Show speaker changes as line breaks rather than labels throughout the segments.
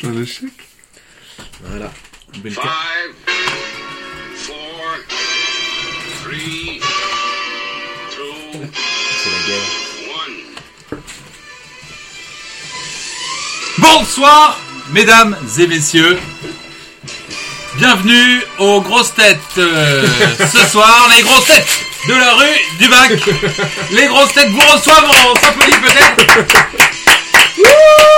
C'est un échec.
Voilà. Une belle carte.
Five, four, three, two,
C'est la guerre.
one.
Bonsoir, mesdames et messieurs. Bienvenue aux grosses têtes. euh, ce soir, les grosses têtes de la rue du Bac. Les grosses têtes vous reçoivent. On s'applaudit peut-être.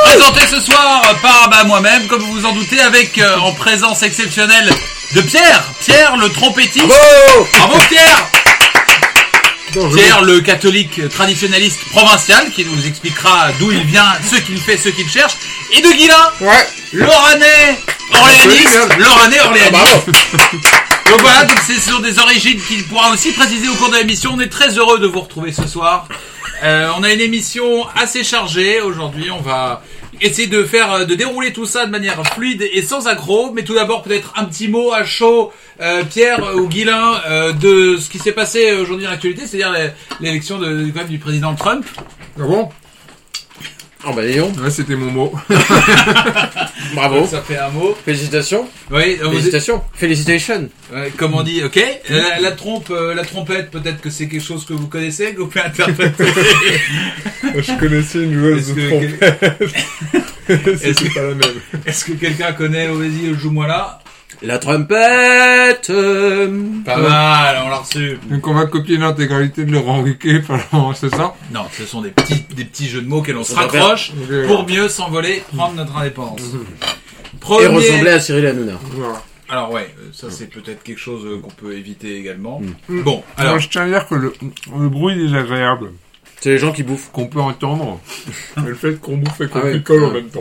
Présenté ce soir par bah, moi-même, comme vous vous en doutez, avec euh, en présence exceptionnelle de Pierre. Pierre, le trompettiste. Bravo Pierre
Non, je-
Pierre, le catholique traditionnaliste provincial, qui nous expliquera d'où il vient, ce qu'il fait, ce qu'il cherche, et de Guilin,
Ouais.
l'Oranais orléaniste,
Ah,
l'Oranais
Ah,
orléaniste.
bravo.
Donc voilà, donc c'est sur des origines qu'il pourra aussi préciser au cours de l'émission. On est très heureux de vous retrouver ce soir. Euh, on a une émission assez chargée aujourd'hui. On va essayer de faire, euh, de dérouler tout ça de manière fluide et sans accroc. Mais tout d'abord, peut-être un petit mot à chaud, euh, Pierre euh, ou Guilin, euh, de ce qui s'est passé aujourd'hui dans l'actualité, c'est-à-dire l'é- l'élection de, quand même du président Trump.
Ah bon Ah,
Oh bah dis donc,
Ouais, c'était mon mot.
bravo.
Ça fait un mot.
Félicitations.
Oui. euh, vous-
Félicitations. Félicitations.
Ouais, comme on dit, ok. La, la trompe, euh, la trompette, peut-être que c'est quelque chose que vous connaissez, que vous pouvez interpréter.
Je connaissais une
Est-ce
joueuse de
que-
trompette.
est-ce
C'était
que-
pas la même.
Est-ce que quelqu'un connaît Vas-y, joue-moi là
La trompette. euh,
Pas mal, on l'a reçu.
Donc on va copier l'intégralité de Laurent Riquet pendant ce temps.
Non, ce sont des petits, des petits jeux de mots que l'on se
va
raccroche
faire.
pour mieux s'envoler, prendre notre indépendance. Premier...
Et ressemblait à Cyril Hanouna.
Voilà.
Alors ouais, euh, ça c'est peut-être quelque chose euh, qu'on peut éviter également. Bon, alors
Alors je tiens à dire que le, le bruit désagréable
C'est les gens qui bouffent.
qu'on peut entendre, mais le fait qu'on bouffe et qu'on
Ah ouais.
picole en même temps.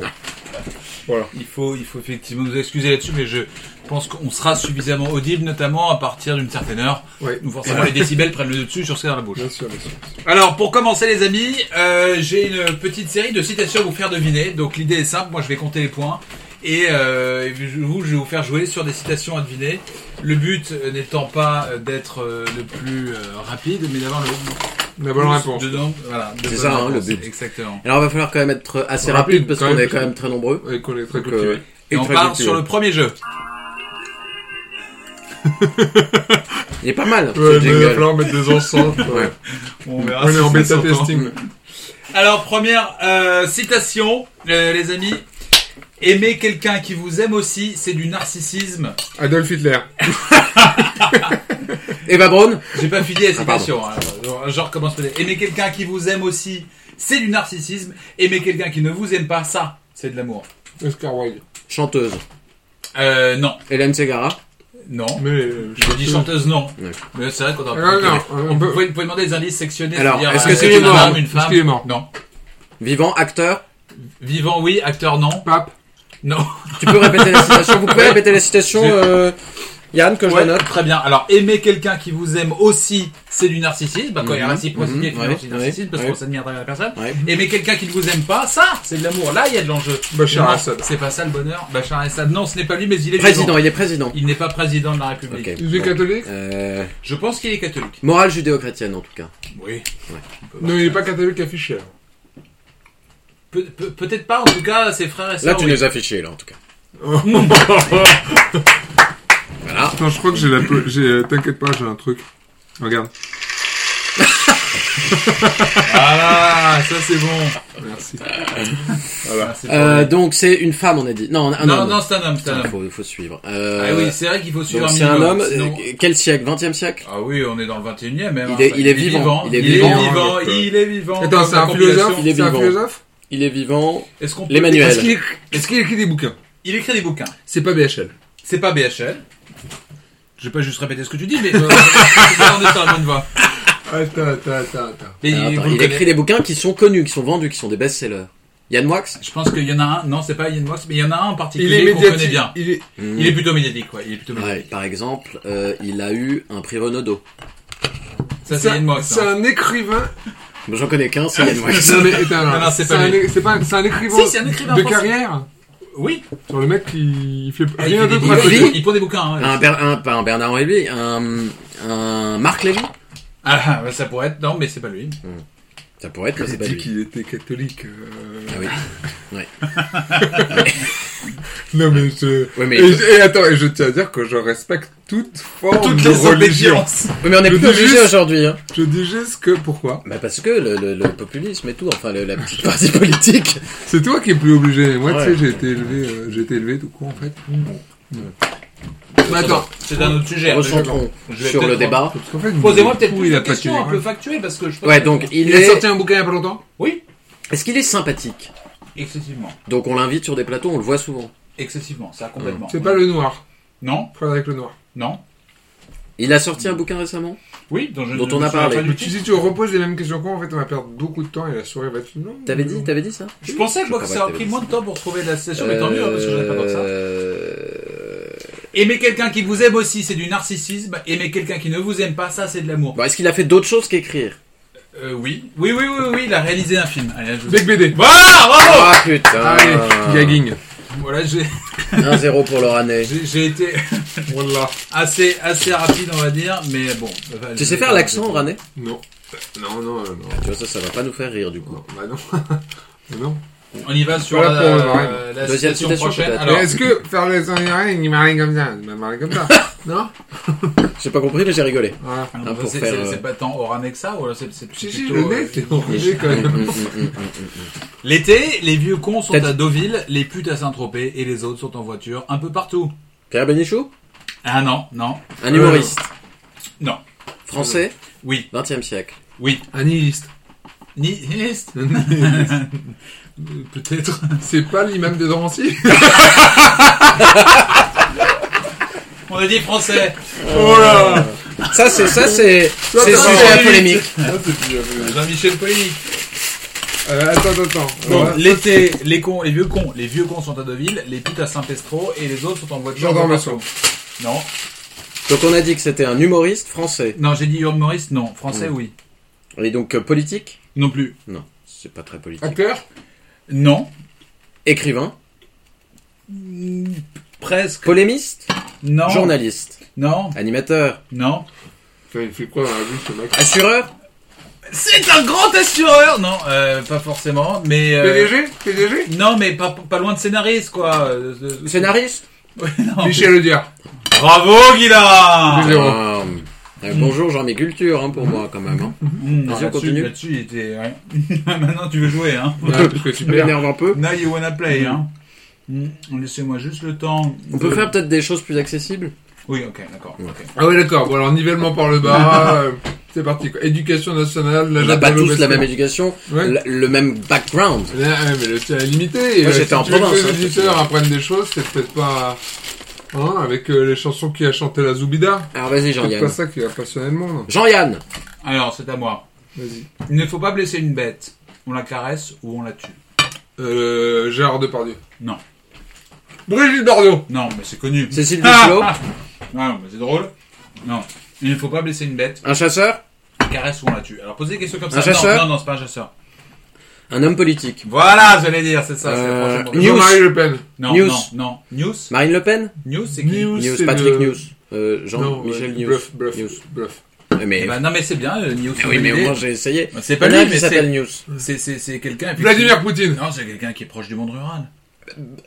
il faut, il faut effectivement nous excuser là-dessus, mais je pense qu'on sera suffisamment audible, notamment à partir d'une certaine heure.
Ouais.
Nous forcément les décibels prennent le dessus sur ce qu'il y a dans la bouche.
Bien sûr, bien sûr.
Alors pour commencer les amis, euh, j'ai une petite série de citations à vous faire deviner. Donc l'idée est simple, moi je vais compter les points et euh, je- vous je vais vous faire jouer sur des citations à deviner. Le but euh, n'étant pas euh, d'être euh, le plus euh, rapide, mais d'avoir le
La bonne
plus
réponse.
de nombre- voilà, de
C'est
bonnes
ça, hein,
réponses.
le but.
Exactement.
Alors il va falloir quand même être assez
Rapide,
rapide, parce
quand
qu'on
même,
est
parce
quand
que-
même très nombreux.
Et qu'on est très
Donc,
cultivé.
euh,
Et, on
très
part
cultivé.
sur le premier jeu.
Il est pas mal. ce
Ouais, mais il va
jingle.
falloir mettre des enceintes. ouais.
On verra
On est
si
en
ça
bêta
s'entend.
testing.
Alors première euh, citation euh, les amis. Aimer quelqu'un qui vous aime aussi, c'est du narcissisme.
Adolf Hitler.
Eva Braun.
J'ai pas fini la
Ah, pardon.
citation. hein. Alors, je recommence peut-être. Aimer quelqu'un qui vous aime aussi, c'est du narcissisme. Aimer quelqu'un qui ne vous aime pas, ça, c'est de l'amour.
Oscar Wilde.
Chanteuse.
Euh, non.
Hélène Segara.
Non.
Mais. euh,
Je dis chanteuse, non.
Ouais.
Mais c'est vrai qu'on en
Non, non, on
Vous
peut-
pouvez, vous pouvez demander des indices sectionnés.
Alors,
c'est-à-dire,
est-ce
euh,
que
c'est
c'est
une
mort
femme, une
Est-ce
femme
qu'il est mort
Non.
Vivant, acteur.
Vivant, oui. Acteur, non.
Pape.
Non.
Tu peux répéter la citation. Vous pouvez répéter la citation,
Je-
euh, Yann, que je la
Ouais,
note.
très bien. Alors, aimer quelqu'un qui vous aime aussi, c'est du narcissisme. Bah, quand il y a
Mhm,
réciprocité,
mhm,
finalement,
ouais,
c'est du narcissisme
ouais,
parce
ouais.
qu'on s'admire à travers la personne.
Ouais.
Aimer Eh quelqu'un qui ne vous aime pas, ça, c'est de l'amour. Là, il y a de l'enjeu.
Bachar
Non,
Assad.
C'est pas ça le bonheur. Bachar Assad, non, ce n'est pas lui, mais il est vivant.
Président, il est président.
Il n'est pas président de la République.
Ok.
Il est catholique
Euh,
Je pense qu'il est catholique.
morale judéo-chrétienne, en tout cas.
Oui.
Non, il est pas catholique affiché. hein. là.
Pe- pe- Peut-être pas, en tout cas, ses frères et
Là,
sœurs.
tu
oui.
nous as fichés, là, en tout cas. Voilà.
Attends, je crois que j'ai la. pe- j'ai, euh, T'inquiète pas, j'ai un truc. Regarde.
Voilà, Ah, ça c'est bon.
Merci.
Ah, Voilà, c'est
Euh,
pas
donc, c'est une femme, on a dit. Non, un
mal. non,
homme.
non, c'est un homme, c'est un
Putain,
homme.
faut, faut suivre.
Ah
Euh,
oui, c'est vrai qu'il faut suivre
donc
un
c'est un
minimum,
homme.
sinon-
euh, Quel siècle 20e siècle
Ah oui, on est dans le 21 e même.
Il est-
hein.
il est vivant,
Il est
vivant,
vivant.
hein, je peux.
Il est vivant.
Attends, c'est un philosophe
Il est
C'est un
vivant.
philosophe
Il est vivant.
Est-ce qu'on peut-
L'Emmanuel.
Est-ce qu'il écrit- est-ce qu'il écrit des bouquins
Il écrit des bouquins.
C'est pas BHL.
C'est pas BHL. Je vais pas juste répéter ce que tu dis, mais euh, on est sur la bonne voie.
Ah, Attends, attends, attends, attends.
Mais
Alors,
vous
attends,
le
il écrit des bouquins qui sont connus, qui sont vendus, qui sont des best-sellers. Yann Wax
Je pense qu'il y en a un, non, c'est pas Yann Moss, mais il y en a un en
Il est
particulier qu'on connaît
médiatique.
bien.
Il est.
Mm.
Il est plutôt médiatique, ouais. Il est plutôt
Ouais,
médiatique.
par exemple, euh, il a eu un prix Renaudot.
Ça, c'est
C'est
Yann
un-
Moss.
c'est
hein.
un écrivain.
Bon, J'en connais qu'un,
Ah,
c'est Yann Wax.
Non, mais attends,
Non, non, c'est
c'est
pas
un
lui.
é- c'est pas- c'est un écrivain
Si, c'est un écrivain
de
français.
carrière.
Oui.
Sur le mec qui il fait
Il,
rien
fait des-
d'autre
il
à
prend
côté.
des- il prend des bouquins. hein.
Un, Ber- un- pas un Bernard Lévy, un, un Marc Lévy
Ah, bah, ça pourrait être. Non, mais c'est pas lui.
Ça pourrait être, mais
J'ai
c'est pas
dit
lui.
qu'il était catholique. euh,
Ah oui.
Non mais je.
Ouais, mais-
Et, je- et attends, et je tiens à dire que je respecte toute forme
Toutes
de
les
religion.
obédiences.
Oui, mais on est
Je
plus
dis
obligé
juste-
aujourd'hui. Hein.
Je dis juste que pourquoi.
Bah parce que le, le, le populisme et tout, enfin le- la petite partie politique.
C'est toi qui es plus obligé. Moi,
Ouais.
tu sais, j'ai été élevé, euh, j'ai été élevé tout court en fait. Mais attends,
C'est un autre sujet.
Recentrons
Je vais
sur
peut-être-
le débat.
parce qu'en fait, vous
Ah. Posez-moi
savez
peut-être
tout,
plus
il
de
a pas
questions
tué,
un peu
hein.
factuelles parce que je pense
Ouais,
que-
donc il
Il a
est.
sorti un bouquin il y a pas longtemps.
Oui,
Est-ce qu'il est sympathique
excessivement.
Donc on l'invite sur des plateaux, on le voit souvent.
Excessivement,
Euh,
ça complètement.
C'est pas le noir.
Non,
Frédéric le noir.
non.
Il a sorti un bouquin récemment
Oui, dont, je
Dont
ne
on
me
a
souviens
parlé.
pas du
Mais tu,
titre.
si tu reposes les mêmes questions qu'on, en fait, on va perdre beaucoup de temps et la souris va être longue.
T'avais dit, t'avais dit ça
Je pensais moi, que
crois
ça
pas
a
que
pris
t'avais
moins de temps pour trouver la station, mais tant mieux, hein, parce que j'avais pas comme ça.
Euh,
Aimer quelqu'un qui vous aime aussi, c'est du narcissisme. Aimer quelqu'un qui ne vous aime pas, ça, c'est de l'amour.
Bon, bah, est-ce qu'il a fait d'autres choses qu'écrire
Euh, oui. oui. Oui, oui, oui, oui, il a réalisé un film. Allez, je vous-
Bec BD.
Voilà, bravo
Ah putain
Allez, gagging.
Voilà, j'ai
1-0 pour leur année.
j'ai- j'ai été
Voilà.
assez, assez rapide, on va dire, mais bon. bah,
Tu
je
sais
vais
faire
pas-
l'accent, Rané
Non. Non, non, euh, non.
Tu vois, ça, ça va pas nous faire rire du coup.
Non, bah non. Bah non.
On y va sur
Voilà
la,
pour le barème.
la
euh, Deuxième
citation
citation,
prochaine.
peut-être.
Alors,
Mais est-ce que faire les Indiens, il marie comme ça Il m'a marié comme ça. non
J'ai pas compris, mais j'ai rigolé.
Voilà.
Ah,
Hein,
bah,
pour
c'est
faire,
c'est-
euh,
c'est pas tant orané que ça ou alors c'est c'est plutôt
Si, si, le
euh,
nez, c'est enrobé quand
Mm,
même.
L'été, les vieux cons sont
Peut-être-
à Deauville, les putes à Saint-Tropez et les autres sont en voiture un peu partout.
Pierre Benichou
Ah non, non,
Un humoriste.
Euh, non.
Français
Oui,
20 e siècle.
oui.
Annihiliste.
Ni nihiliste Peut-être.
C'est pas l'imam de Drancy
On a dit français.
Oh là
Ça, c'est ça, c'est c'est
ça,
sujet
c'est-
à polémique.
Ah, c'est plus- euh,
Jean-Michel Poligny.
euh, Attends, attends, attends.
Bon,
Voilà.
l'été, les cons, les vieux cons, les vieux cons sont à Deauville, les putes à Saint-Pestro et les autres sont en voiture. un peu
Gendarme
partout.
Masson.
Non,
Donc on a dit que c'était un humoriste français.
non, j'ai dit humoriste, non. Français, oui.
Et donc euh, politique
Non plus.
Non, c'est pas très politique.
Acteur
Non.
Écrivain
Presque.
Polémiste
Non.
Journaliste
Non.
Animateur
Non.
Putain, Il fait quoi dans la vie ce mec
Assureur
C'est un grand assureur. Non, euh, pas forcément, mais. euh,
PDG PDG
Non, mais pas, pas loin de scénariste, quoi. Euh, euh,
Scénariste
ouais, non.
Michel Le Diard.
Bravo, Guillaume
Zéro.
Ah, euh, Bonjour, j'en mets culture hein, pour moi quand même. Hein.
Mmh, non,
Vas-y, on
Là-dessus,
continue.
là-dessus, il était... ouais. Maintenant, tu veux jouer, hein
Ouais, parce que
Je
super.
m'énerve un peu.
Now you wanna play, hein Mmh, Laissez-moi juste le temps...
Mm. On
de-
peut faire peut-être des choses plus accessibles
Oui, ok, d'accord. ok.
Ah Euh. ouais, d'accord. Bon, alors nivellement par le bas. euh, C'est parti. quoi. Éducation nationale, la
On n'a
Jacques
pas
Dallot
tous la
Basquiat.
même éducation,
Ouais.
la- le même background.
Là, ouais, mais le tien est limité. Et,
Moi,
euh,
j'étais
si
en
tu veux
province,
Que
hein,
les auditeurs apprennent des choses, c'est peut-être pas. Hein, avec euh, les chansons qui a chanté la Zoubida.
Alors vas-y
C'est peut-être pas
Jean-Yann.
ça qui va passionner le monde.
Jean-Yann
Alors, c'est à moi.
Vas-y.
Il ne faut pas blesser une bête. On la caresse ou on la tue.
Euh, Gérard Depardieu.
Non.
Brigitte Bardot.
Non, mais c'est connu.
Cécile
Ah,
Duflo
ah. Ah, mais c'est drôle. Non. Il ne faut pas blesser une bête.
Un chasseur
On la caresse ou on la tue. Alors, posez des questions comme ça.
Un
Non,
chasseur
Non, non, c'est pas un chasseur.
Un homme politique
Voilà, j'allais dire, c'est ça. c'est
Euh,
prochainement.
News.
Jean-Marie Le Pen.
Non,
News.
non, non. News
Marine Le Pen
News, c'est qui
News.
News,
c'est
Patrick
le-
News. Euh,
Non,
Jean-Michel
ouais,
News.
Bluff, bluff,
News.
bluff.
Mais,
Eh ben, non, mais c'est bien, euh, News.
Ah oui, mais au
c'est
moins j'ai essayé.
Bah, C'est
Il y en
pas
a
lui,
un
mais c'est
qui s'appelle News.
c'est- c'est- c'est quelqu'un.
Vladimir Poutine.
Non, c'est quelqu'un qui est proche du monde rural.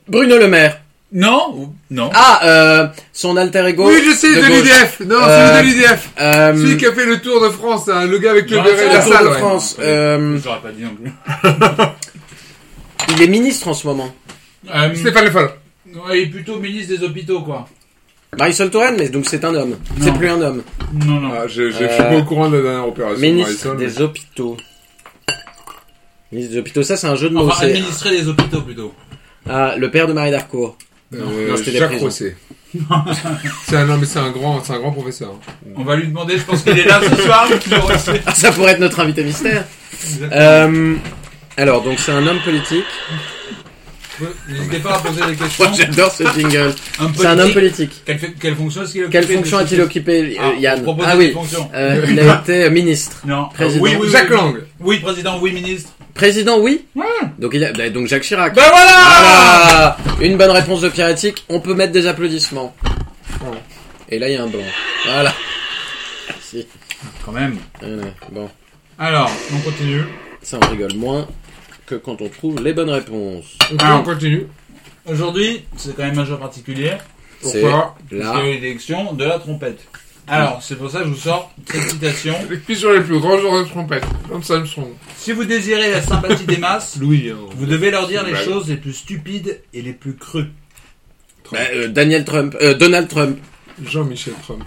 Bruno Le Maire.
Non, ou- non.
Ah, euh, son alter ego.
Oui, je sais, de,
gauche.
l'IDF. Non,
Euh,
c'est de l'IDF.
Euh,
Celui qui a fait le tour de France, hein, le gars avec le
Non,
béret
Bah, c'est
et la
le
Tour
salle.
de
ouais.
France.
Ouais.
euh,
J'aurais pas dit non plus.
il est ministre en ce moment.
Euh,
Stéphane Le Foll.
ouais, il est plutôt ministre des hôpitaux, quoi.
Marisol Touraine, mais donc c'est un homme.
Non.
C'est plus un homme.
Non, non.
Ah, je, je, je suis
Euh,
pas au courant de la dernière opération.
Ministre
Marisol, mais-
des hôpitaux. Ministre des hôpitaux, ça c'est un jeu de mots.
enfin,
c'est-
administrer les hôpitaux, plutôt.
Ah, le père de Marie d'Arcourt.
Euh,
Non, c'était des
Jacques
prisons.
Rosset. c'est un, non, mais c'est un grand, c'est un grand professeur. hein.
On va lui demander, je pense qu'il est là ce soir. il aurait fait-
Ah, ça pourrait être notre invité mystère. Euh, alors, donc c'est un homme politique.
N'hésitez pas à poser des questions.
Moi, j'adore ce jingle.
Un
C'est un homme politique.
Quelle, fait- quelle fonction est-ce qu'il a
Quelle
occupé,
fonction
monsieur
a-t-il occupé, euh,
Ah, on
Yann
propose
Ah
des
oui,
fonctions.
euh, il a été ministre.
Non.
Président.
Oui, oui, oui.
Jacques
oui.
Lang.
Oui, président, oui, ministre.
Président, oui. Donc il a, bah, donc Jacques Chirac.
Ben voilà
Voilà Ah Une bonne réponse de Piratique. On peut mettre des applaudissements.
Ouais.
Et là, il y a un blanc. Voilà. Merci.
Quand même.
Voilà. Bon.
Alors, on continue.
ça on rigole moins que quand on trouve les bonnes réponses.
Ok,
Ah.
on continue.
Aujourd'hui, c'est quand même un jour particulier.
C'est
Pourquoi
Parce qu'il
là.
y a eu l'élection de la trompette. Alors, c'est pour ça que je vous sors cette citation.
Les sur les plus grands joueurs de trompette. Lance Armstrong.
Si vous désirez la sympathie des masses,
Louis. hein.
vous devez leur dire les
Ouais.
choses les plus stupides et les plus crues.
Bah, euh, Daniel Trump, euh, Donald Trump,
Jean-Michel Trump.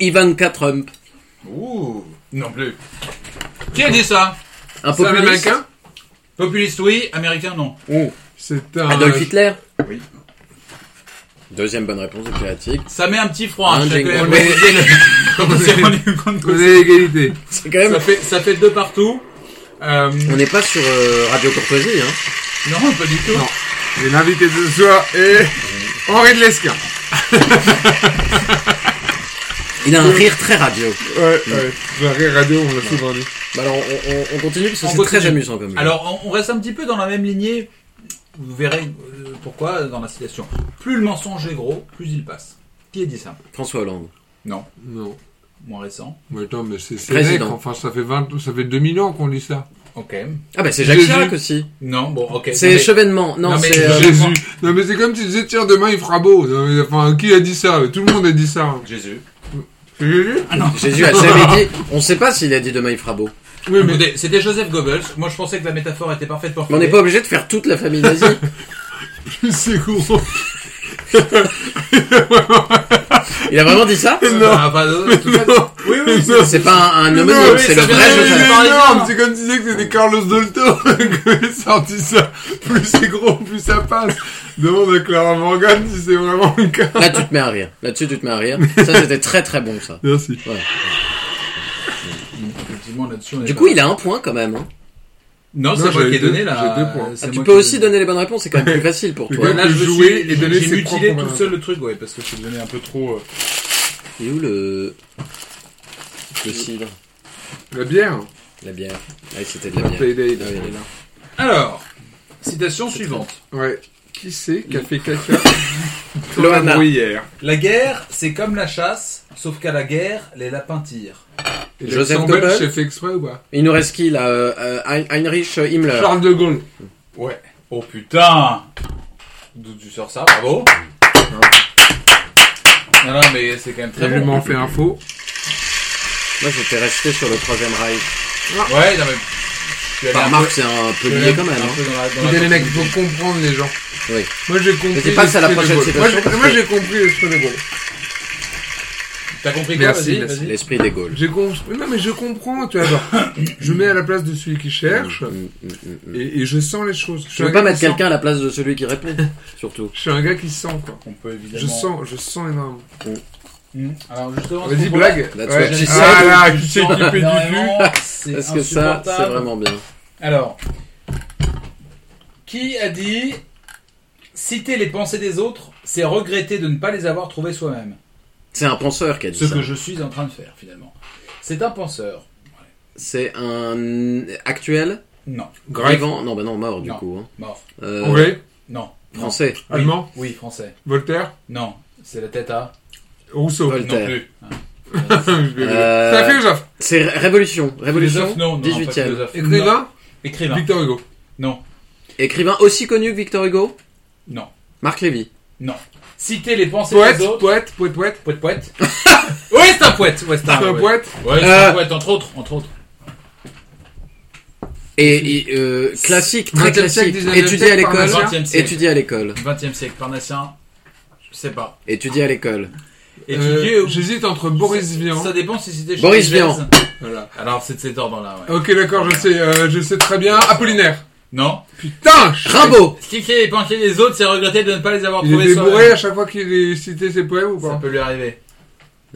Ivanka Trump.
Ouh, non plus. Qui a dit ça
Un
C'est un
populiste.
américain
Populiste, oui. Américain, non.
Oh.
C'est un.
Adolf Hitler.
Oui.
Deuxième bonne réponse de Piratique.
Ça met un petit froid.
Un
Hein,
jingle.
chacun.
On
Quand on s'est rendu compte
On
que
est à égalité.
C'est quand même.
ça fait, ça fait deux partout. Euh,
On n'est pas sur euh, Radio Courtoisie, hein.
non, pas du tout.
Non. Et l'invité de ce soir est Henri de Lesquin.
Il a un rire très radio.
Ouais, ouais. La ré- radio, on l'a souvent dit.
Bah alors, on, on- on continue parce que
On
c'est
continue.
très amusant comme jeu.
Alors, on, on reste un petit peu dans la même lignée. Vous verrez euh, pourquoi dans la citation. Plus le mensonge est gros, plus il passe. Qui a dit ça
François Hollande.
Non.
Non.
Moins récent.
Mais attends, mais c'est Sénèque.
Président.
Enfin, ça fait 20, ça fait 2000 ans qu'on dit ça.
Ok.
Ah bah c'est Jacques
Jésus.
Chirac aussi.
Non, bon, ok.
C'est
Non, mais-
Chevènement. Non,
Non, mais
c'est. euh,
Jésus.
Jésus. Non, mais c'est comme si tu disais, tiens, demain il fera beau. Non, mais, enfin, qui a dit ça Tout le monde a dit ça. hein.
Jésus.
C'est Jésus
Jésus a jamais dit. On sait pas s'il a dit demain il fera beau.
Oui, mais.
Écoutez, C'était Joseph Goebbels. Moi, je pensais que la métaphore était parfaite pour.
Mais on n'est
trouver.
pas obligé de faire toute la famille nazie.
C'est con.
Il a vraiment dit ça
Ah, bah, euh, tout ça- Oui, oui. c'est-
C'est pas un, un
Non,
homonyme,
oui,
c'est
ça
le
vient
vrai
de-
Il
Joseph.
est
Par
énorme,
exemple.
c'est comme si tu disais que c'était Carlos Dolto qui avait sorti ça. Plus c'est gros, plus ça passe. Demande à Clara Morgan si c'est vraiment le cas.
Là, tu te mets à rire. Là-dessus, tu te mets à rire. Ça, c'était très très bon, ça.
Merci.
Effectivement, là-dessus, on est
Du
pas-
coup, il a un point quand même. hein.
Non,
Non,
c'est moi
j'ai
qui ai
deux-
donné là.
j'ai deux points.
C'est
Ah, tu
moi
peux
qui ai
aussi donner les bonnes réponses, c'est quand même plus facile pour toi.
Ouais,
là, je me
jouer
suis,
et donner
j'ai
ses
mutilé
propres
tout seul le truc, ouais, parce que je suis devenu un peu trop. euh,
Il est où le. Le cidre
La bière.
La bière. Ah, c'était de
La
la bière.
Payday, là.
Ah oui, il est là.
Alors, citation suivante.
Ouais. Qui c'est qui a fait caca dans la
Loana.
bruyère
La guerre, c'est comme la chasse, sauf qu'à la guerre, les lapins tirent.
Et
Joseph
l'accent
Goebbels
belge, c'est fait exprès ou pas
Il nous reste qui là euh, euh, Hein- Heinrich Himmler.
Charles de Gaulle.
Ouais. Oh putain D'où tu sors ça Bravo Non, non, mais c'est quand même
Je
très bon.
m'en fais un faux.
Moi, j'étais resté sur le troisième Reich.
Ouais, non, mais. Tu as
Par Marc, c'est un peu lié quand même. hein.
Vous les mecs, il faut comprendre les gens.
Oui.
Moi j'ai compris.
c'est pas que ça, la
l'esprit de
prochaine
Gaulle. Moi,
citation,
j'ai- Moi j'ai compris l'esprit de Gaulle.
T'as compris quoi
Merci,
Vas-y,
merci.
vas-y.
L'esprit des Gaules.
J'ai compris. Non mais je comprends, tu vois. genre, je mets à la place de celui qui cherche
Mm, mm, mm, mm.
et, et je sens les choses.
Tu veux pas mettre
quelqu'un
quelqu'un à la place de celui qui répond, surtout.
Je suis un gars qui sent quoi.
On peut évidemment.
Je sens, je sens énorme.
Hmm. Alors, justement,
Vas-y,
ce qu'on
blague.
That's
Ouais.
what she said.
Ah là, qui
Tu
c'est qui
sens
fait du
énormément,
cul
c'est
Parce que ça, c'est
insupportable.
vraiment bien.
Alors, qui a dit citer les pensées des autres, c'est regretter de ne pas les avoir trouvées soi-même
C'est un penseur qui a dit
Ce
ça.
que je suis en train de faire finalement. C'est un penseur.
C'est un actuel
Non,
Grec,
Vivant Non, bah non, mort du
Non.
coup. hein.
mort.
Euh,
anglais,
Non.
Français.
Oui.
Allemand
Oui, français.
Voltaire,
Non, c'est la tête à.
Rousseau.
Voltaire.
Non plus. Hein.
C'est un philosophe.
C'est Ré- Révolution. Révolution,
Philosophe, non, non, pas
18e.
philosophe. Non.
Écrivain,
Écrivain.
Victor Hugo.
Non,
Écrivain aussi connu que Victor Hugo
non,
Marc Lévy.
non. Citer les pensées
Poète,
des autres.
poète, poète, poète.
Poète, poète. oui, c'est un poète. Ouais, c'est
C'est un
ouais.
poète.
Ouais, c'est un
Euh.
poète, entre autres, entre autres.
Et, et, euh, classique, très
20e
classique.
siècle, 19e
Étudié à
siècle,
l'école.
par
Marcien. 20e siècle.
Étudié à l'école.
20e siècle, Parnassien, je sais pas.
Étudié à l'école.
Étudier
Euh,
ou...
J'hésite entre Boris Vian.
Ça dépend si c'était chez
Boris
les Belges.
Vian.
Voilà.
Alors, c'est de cet ordre-là, ouais.
Ok, d'accord, je sais, euh, je sais très bien. Apollinaire.
Non
Putain, je-
Rimbaud
Cliquer les pensées des autres, c'est regretter de ne pas les avoir
Il
trouvées
était bourré
soi-même.
à chaque fois qu'il est- citait ses poèmes ou
hein. Ça
pas
peut lui arriver.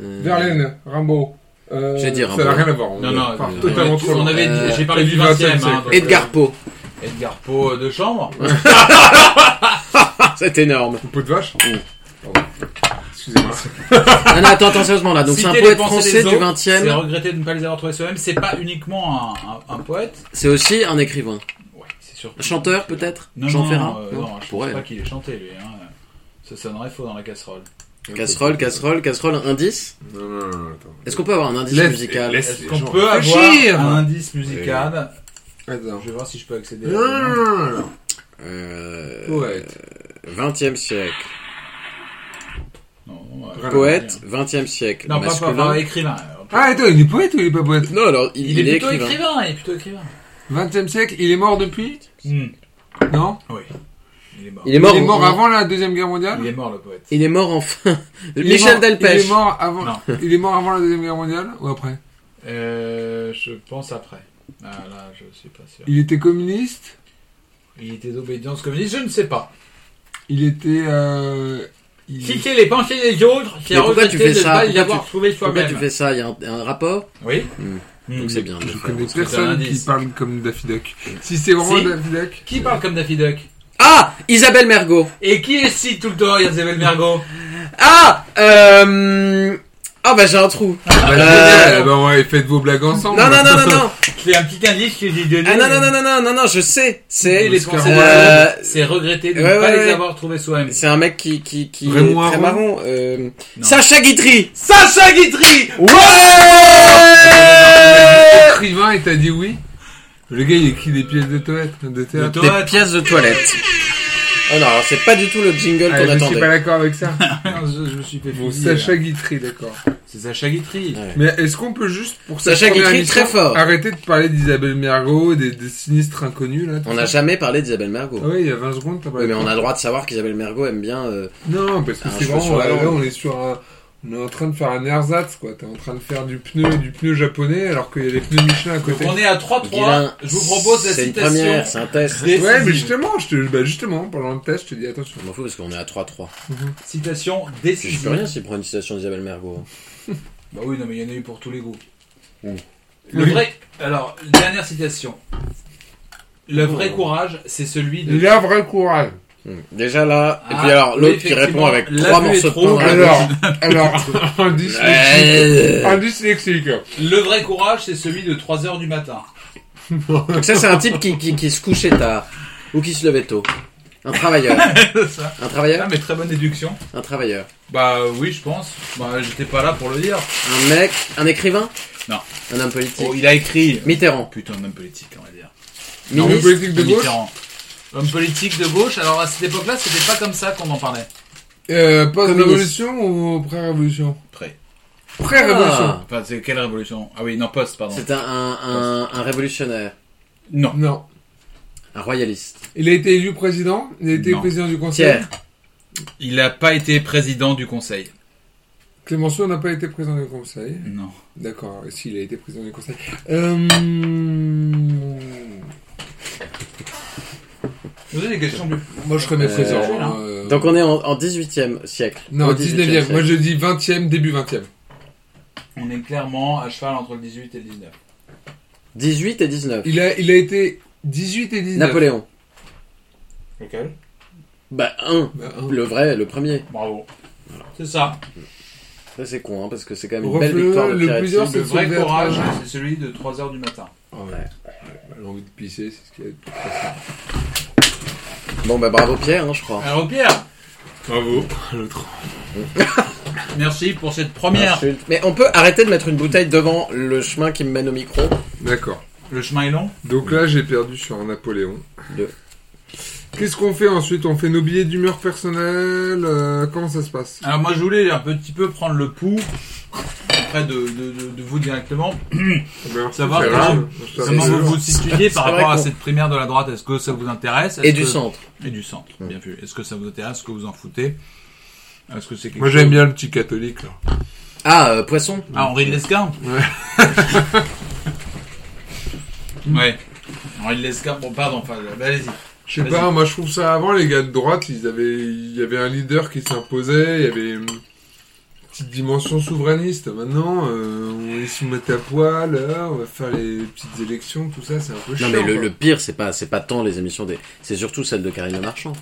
Euh,
Verlaine, Rimbaud. Euh,
J'ai dit Rimbaud.
Ça n'a rien à voir. on
Non,
est-
non,
enfin,
on
totalement
avait-
trop
on
loin.
avait
Euh,
dit- j'ai parlé
et
du
du
20e.
20e,
hein, donc,
Edgar Poe.
euh, Edgar Poe de chambre.
Ah, C'est énorme.
Peau de vache
Mm.
Pardon. Excusez-moi.
Ah non, attends, attends, sérieusement là. Donc c'est un
Citer les
poète
pensées
français
des
du
autres, C'est
20e.
regretter de ne pas les avoir trouvées soi-même. C'est pas uniquement un, un- un poète.
C'est aussi un écrivain.
Ouais, c'est sûr.
Un chanteur peut-être
Non,
Jean
non,
Ferrat
euh,
Non,
non, je pense
pourrait.
pas qu'il ait chanté, lui. hein. Ça sonnerait faux dans la casserole.
Casserole, casserole, casserole, indice
Non, non, non, attends.
Est-ce qu'on peut avoir un indice
Laisse-
musical
laisse-
Est-ce
les
qu'on
gens
peut avoir
réfléchir
un indice musical
Attends.
Je vais voir si je peux accéder. à-
Ah,
Euh,
Poète.
20e siècle.
Ah,
Non, euh,
Poète, 20e siècle.
Non, pas, pas,
masculin.
pas écrivain.
Ah, attends, il est poète ou il est pas poète
Non, alors, il,
Il,
il
est plutôt
écrivain.
écrivain. il est plutôt écrivain.
20e siècle, il est mort depuis
Hmm.
Non
Oui. Il est mort.
Il est mort,
Il est mort
en-
avant la Deuxième Guerre mondiale
Il est mort, le poète.
Il est mort enfin.
Il est mort-
Michel
Il
Delpech.
est mort avant.
Non.
Il est mort avant la deuxième guerre mondiale ou après
Euh, je pense après. Ah, là, je suis pas sûr.
Il était communiste.
Il était d'obédience communiste, je ne sais pas.
Il était. Euh, il-
Citer les pensées des autres, c'est
Mais pourquoi tu
regretter
fais
de ne
ça
pas y
Pourquoi
avoir trouvé
Pourquoi tu
soi-même.
fais ça Il y a un, un rapport
Oui.
Hmm.
Hmm.
Donc c'est bien. de
Je
le faire.
connais
c'est un
personne qui
indice.
parle comme Daffy Duck. Si c'est vraiment
Si.
Daffy Duck.
Qui parle comme Daffy Duck
Ah Isabelle Mergot.
Et qui est si tout le temps, Isabelle Mergo
Ah euh... Ah bah j'ai un trou.
Bah,
Euh,
génial, bah ouais, faites vos blagues ensemble.
Non, non, non, non, non.
C'est un petit indice que j'ai donné.
Ah non, non, non, non, non, non, non, je sais. C'est...
Et les
Oscar
pensées des
Wilde.
autres, c'est regretter de
Ouais,
ne pas
ouais,
les
ouais.
avoir trouvés soi-même.
Euh, C'est un mec qui, qui, qui est
Raymond
très
Aron
marrant. euh,
Non.
Sacha Guitry
Sacha Guitry
Ouais
Écrivain et t'as dit oui. Le gars, il écrit des pièces de toilette, de
Le
théâtre.
Des
toit,
pièces de toilette. Oh non, alors c'est pas du tout le jingle
Ah,
qu'on
je suis
attendait.
pas d'accord avec ça.
je, je me suis fait
Bon,
fusiller,
Sacha
là.
Guitry, d'accord.
C'est Sacha Guitry.
Ouais.
Mais est-ce qu'on peut juste, pour cette
Sacha
première
Guitry,
émission,
très
Ah.
fort.
arrêter de parler d'Isabelle Mergo, des, des sinistres inconnus, là tout
On n'a
ça
jamais parlé d'Isabelle Mergo.
Oh,
Ah ouais, il y a 20 secondes, t'as parlé
Oui, mais
de
on a le droit de savoir qu'Isabelle Mergo aime bien. euh,
Non, parce que
Un
c'est
cheveu
vraiment,
sur la
là,
langue.
là, on est sur un... On est en train de faire un ersatz, quoi. T'es en train de faire du pneu, du pneu japonais, alors qu'il y a les pneus Michelin à
Donc
côté.
on est à 3-3.
Guilin.
Je vous propose la
C'est une
citation.
première, c'est un test.
décisive.
Ouais, mais justement, je te, bah justement, pendant le test, je te dis attention.
Je m'en fous parce qu'on est à 3-3.
Citation
Je
décisive.
peux rien s'il prend une citation d'Isabelle Mergo.
Bah oui, non, mais il y en a eu pour tous les goûts.
Mm.
Le vrai. Alors, dernière citation. Le vrai
Oh.
courage, c'est celui de.
La vraie courage.
Hmm. Déjà là, et
Ah,
puis alors
oui,
l'autre qui
effectivement,
répond avec
la
trois
vue est
morceaux de
trop
pain dans la
Alors,
bouche.
alors, un dyslexique.
Oh, Ouais.
Un dyslexique.
Le vrai courage, c'est celui de 3 heures du matin.
Ah, Donc ça c'est un type qui, qui, qui se couchait tard ou qui se levait tôt. Un travailleur.
Ça.
Un
Ah,
travailleur
mais très bonne déduction.
Un travailleur.
Bah oui, je pense. Bah, j'étais pas là pour le dire.
Un mec, un écrivain
Non.
Un homme politique.
Oh, il a écrit.
Mitterrand.
Putain, un homme politique, on va dire.
Non,
Ministre.
politique de gauche.
Mitterrand. Homme politique de gauche. Alors à cette époque-là, c'était pas comme ça qu'on en parlait.
Euh,
Communiste.
post-révolution ou pré-révolution
Prêt.
Pré-révolution.
Enfin, c'est quelle révolution Ah oui, non, poste, pardon.
C'est un, un, un, un révolutionnaire.
Non.
Non.
Un royaliste.
Il a été élu président, il a été
Non.
président du conseil.
Thiers.
Il a pas été président du conseil.
Clémenceau n'a pas été président du conseil.
Non.
D'accord, si, il a été président du conseil. Euh...
Vous avez des questions plus
Moi, je connais
Euh,
présent. euh,
Donc on est en, en 18e siècle.
Non,
Au
19e.
siècle.
Moi, je dis 20e, début 20e.
On est clairement à cheval entre le 18 et le 19.
18 et 19.
Il a, il a été 18 et 19.
Napoléon.
Lequel
Bah un.
Bah, hein.
Le vrai, le premier.
Bravo. C'est ça.
Ça c'est con hein, parce que c'est quand même une belle victoire
Refle-le,
de
le
Pierre
plusieurs,
Hetty.
c'est
Le vrai
sauvé à
courage,
travers.
c'est celui de 3h du matin.
Ah ouais. J'ai L'envie de pisser, c'est ce qu'il y a de plus facile.
Bon bah bravo Pierre, hein, je crois.
Alors Pierre,
Bravo. L'autre.
merci pour cette première.
Insulte. Mais on peut arrêter de mettre une bouteille devant le chemin qui me mène au micro.
D'accord.
Le chemin est long.
Donc là, j'ai perdu sur un Napoléon.
Deux.
Qu'est-ce qu'on fait ensuite On fait nos billets d'humeur personnelle euh, Comment ça se passe
Alors moi je voulais un petit peu prendre le pouls auprès de, de- de- de vous directement. Ça va,
Eh ben, C'est
ça
grave. Ça
Comment
va.
vous vous situez
C'est
par
vrai
rapport à
qu'on-
cette primaire de la droite Est-ce que ça vous intéresse Est-ce
Et du
que-
centre.
Et du centre, bien vu. Est-ce que ça vous intéresse Est-ce que vous en foutez Est-ce que c'est quelque
Moi,
chose-
j'aime bien le petit catholique, là.
Ah, euh, poisson
Ah, Henri de Lescar Ouais. Henri de Lescar, bon, pardon, enfin, euh, bah, allez-y.
Je sais
Vas-y.
pas, moi je trouve ça avant, les gars de droite, ils avaient, il y avait un leader qui s'imposait, il y avait une petite dimension souverainiste. Maintenant, euh, on est soumettent à poil, euh, on va faire les petites élections, tout ça, c'est un peu chiant.
Non mais le,
quoi.
le pire c'est pas c'est pas tant les émissions des c'est surtout celle de Karine Le Marchand.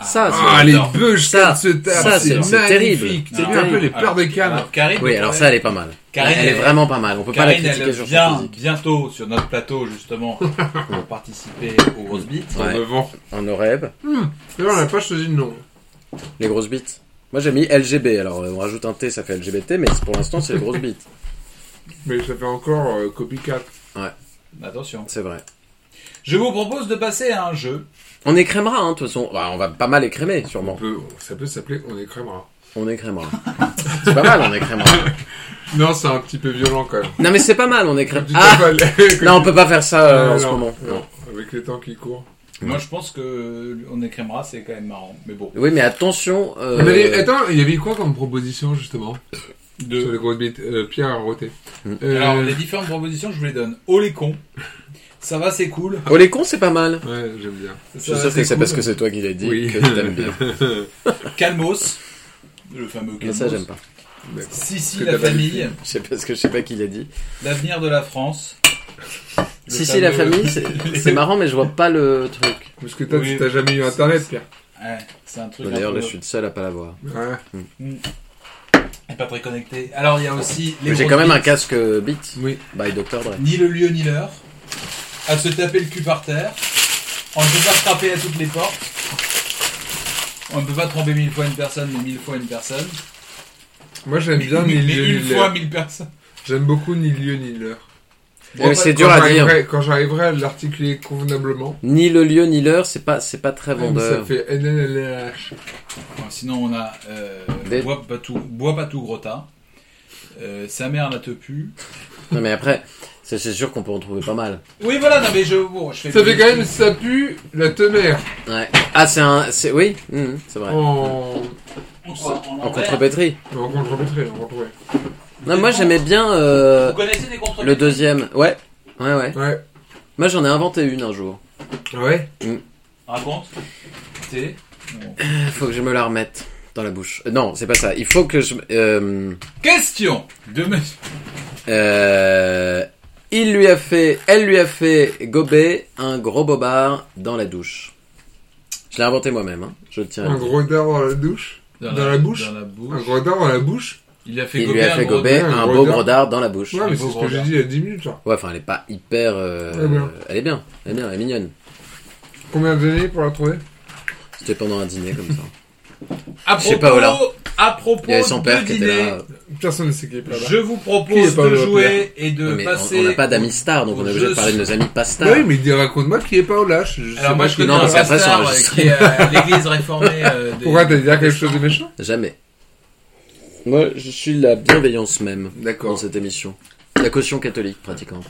Ça c'est
Ah,
Ah,
les
non.
beuches, ça,
Ça,
se tape,
ça,
c'est
c'est- c'est
magnifique.
terrible.
C'est
Non,
bien un peu
terrible. Ah,
les peurs de cannes.
Alors, Karine,
Oui, alors
ouais.
ça elle est pas mal.
Karine,
elle est
elle-
vraiment pas mal. On peut pas la
Karine,
critiquer
elle
sur son
vient
physique.
bientôt sur notre plateau, justement, pour participer aux grosses bites.
En
Ouais.
avant.
En Oreb,
D'ailleurs, on n'a pas choisi de nom.
les grosses bites. Moi j'ai mis LGB alors euh, on rajoute un T ça fait LGBT mais pour l'instant c'est les grosses bites.
Mais ça fait encore euh, copycat.
Attention.
C'est vrai.
Je vous propose de passer à un jeu.
On écrémera, hein, de toute façon. Bah, on va pas mal écrémer,
On
sûrement.
peut- ça peut s'appeler On écrémera.
On écrémera. c'est pas mal, on écrémera.
Non, c'est un petit peu violent quand même.
Non, mais c'est pas mal, on écrémera.
Tu
Ah
t'appelles- que
Non, on
tu-
peut pas faire ça euh, en
Non,
ce
non,
moment.
Non, avec les temps qui courent.
Moi, je pense que on écrémera, c'est quand même marrant. Mais bon.
Oui, mais attention. euh,
Mais les- attends, il y avait quoi comme proposition justement Sur
De...
les grosses bites Euh, Pierre a roté.
Hmm.
Euh,
Alors, les différentes propositions, je vous les donne. Oh les cons. Ça va, c'est cool.
Oh, les cons, c'est pas mal.
Ouais, j'aime bien.
Je suis sûr que c'est
cool.
parce que c'est toi qui l'as dit
Oui.
que t'aimes bien.
Calmos. Le fameux
Mais
Calmos.
ça, j'aime pas.
Sissi,
Que
la
t'as pas
famille.
dit.
Je sais pas ce que je sais pas qui l'a dit.
L'avenir de la France. Le
Si, si, la
fameux-
famille, c'est c'est marrant, mais je vois pas le truc.
Parce que toi,
Oui.
tu t'as jamais eu internet, Pierre.
Ouais, c'est un truc.
Bah,
un
D'ailleurs,
peu-
là, je suis le seul à pas l'avoir.
Ouais.
Et pas très connecté. Alors il y a aussi les
Mais J'ai
grosses
quand même un
bites.
casque euh, Beat
Oui.
by Dr. Dre.
Ni le lieu ni l'heure. À se taper le cul par terre. On ne peut pas frapper à toutes les portes. On ne peut pas tromper mille fois une personne, mais mille fois une personne.
Moi, j'aime bien
mais
ni lieu
une
ni
fois
l'heure.
mille personnes.
J'aime beaucoup ni lieu ni l'heure.
Mais c'est
Quand
dur à dire.
j'arriverai- Quand j'arriverai à l'articuler convenablement,
Ni le lieu ni l'heure, c'est pas, c'est pas très
ça
vendeur.
fait NNLH.
Bon, Sinon on a euh,
Des-
bois pas tout, bois pas tout gros tas. Euh, sa mère la te pue.
Non, mais après, c'est c'est sûr qu'on peut en trouver pas mal.
Oui voilà, non mais je, bon, je fais.
Ça fait quand même ça pue la temère.
Ouais. Ah, c'est un, c'est, oui, mhm, c'est vrai.
En,
On s'en- on en
En
perd.
contrepétrie.
en contre-pétré, en contre
Non, moi j'aimais bien euh,
Vous connaissez des contre
le deuxième. Ouais, ouais, ouais.
Ouais.
Moi j'en ai inventé une un jour. Ah
Ouais.
Raconte. T'es. Bon.
Il faut que je me la remette dans la bouche. Euh, non, c'est pas ça. Il faut que je. Euh,
Question de monsieur.
euh, il lui a fait, elle lui a fait gober un gros bobard dans la douche. Je l'ai inventé moi-même. Hein. Je le tiens. à
Un
dire.
gros dard dans la douche. Dans la bouche
Dans la
Un
bouche.
gros dard dans la bouche.
Il a fait
Il
gober.
lui a
un
fait
gros
gober
dard, un
un
gros
beau
dard.
brodard dans la bouche.
Ouais, mais
beau
c'est ce
gros
que j'ai
dard.
dit il y a 10 minutes. Genre.
Ouais, enfin elle est pas hyper. euh,
Elle est bien.
elle est bien. Elle est bien. Elle est mignonne.
Combien d'années pour la trouver
C'était pendant un dîner comme ça.
À
Je sais
propos,
pas, voilà.
à propos
Il y avait son père
de
qui était
dîner,
euh,
là.
Personne ne sait qui est pas là.
je vous
Qui est
propose
pas
de
le
jouer et de
Ouais, mais on-
passer.
on n'a pas d'amis stars, donc
au
on est obligé
jeu
de parler de nos amis pas stars.
Oui, mais dis, raconte-moi qui est pas au lâche. Je sais
Alors moi
pas
je
qui est
connais
Non,
pas
un
parce
là.
qu'après, ça
pasteur euh,
enregistre.
qui est à l'église réformée. euh, des-
Pourquoi t'as dit
des-
quelque chose de méchant
Jamais. Moi, je suis la bienveillance même dans
D'accord.
cette émission. La caution catholique pratiquante.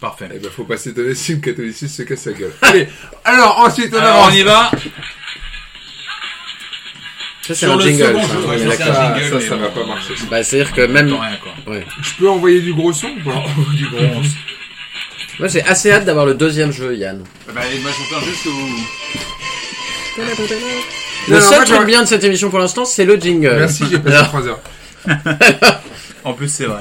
Parfait.
Eh ben, faut pas s'étonner si le catholicisme se casse la gueule. Allez, alors ensuite on
Alors
avance.
on y va.
Ça, c'est
Sur
un
le
jingle.
second
ça,
jeu,
on
ouais,
est
ça,
Ça,
c'est un
d'accord.
ça,
jingle,
ça,
mais
va
bon,
pas marcher. ça.
Bah, c'est-à-dire que même.
Attends, hein. rien quoi.
Je peux envoyer du gros son ou pas
Du bronze.
Moi, j'ai assez hâte d'avoir le deuxième jeu, Yann.
Bah, allez, moi je vous juste que vous.
Non,
Le
non,
seul
moi,
truc
j'aurais-
bien de cette émission pour l'instant, c'est le jingle.
Merci, j'ai passé
Alors,
3 heures.
En plus c'est vrai.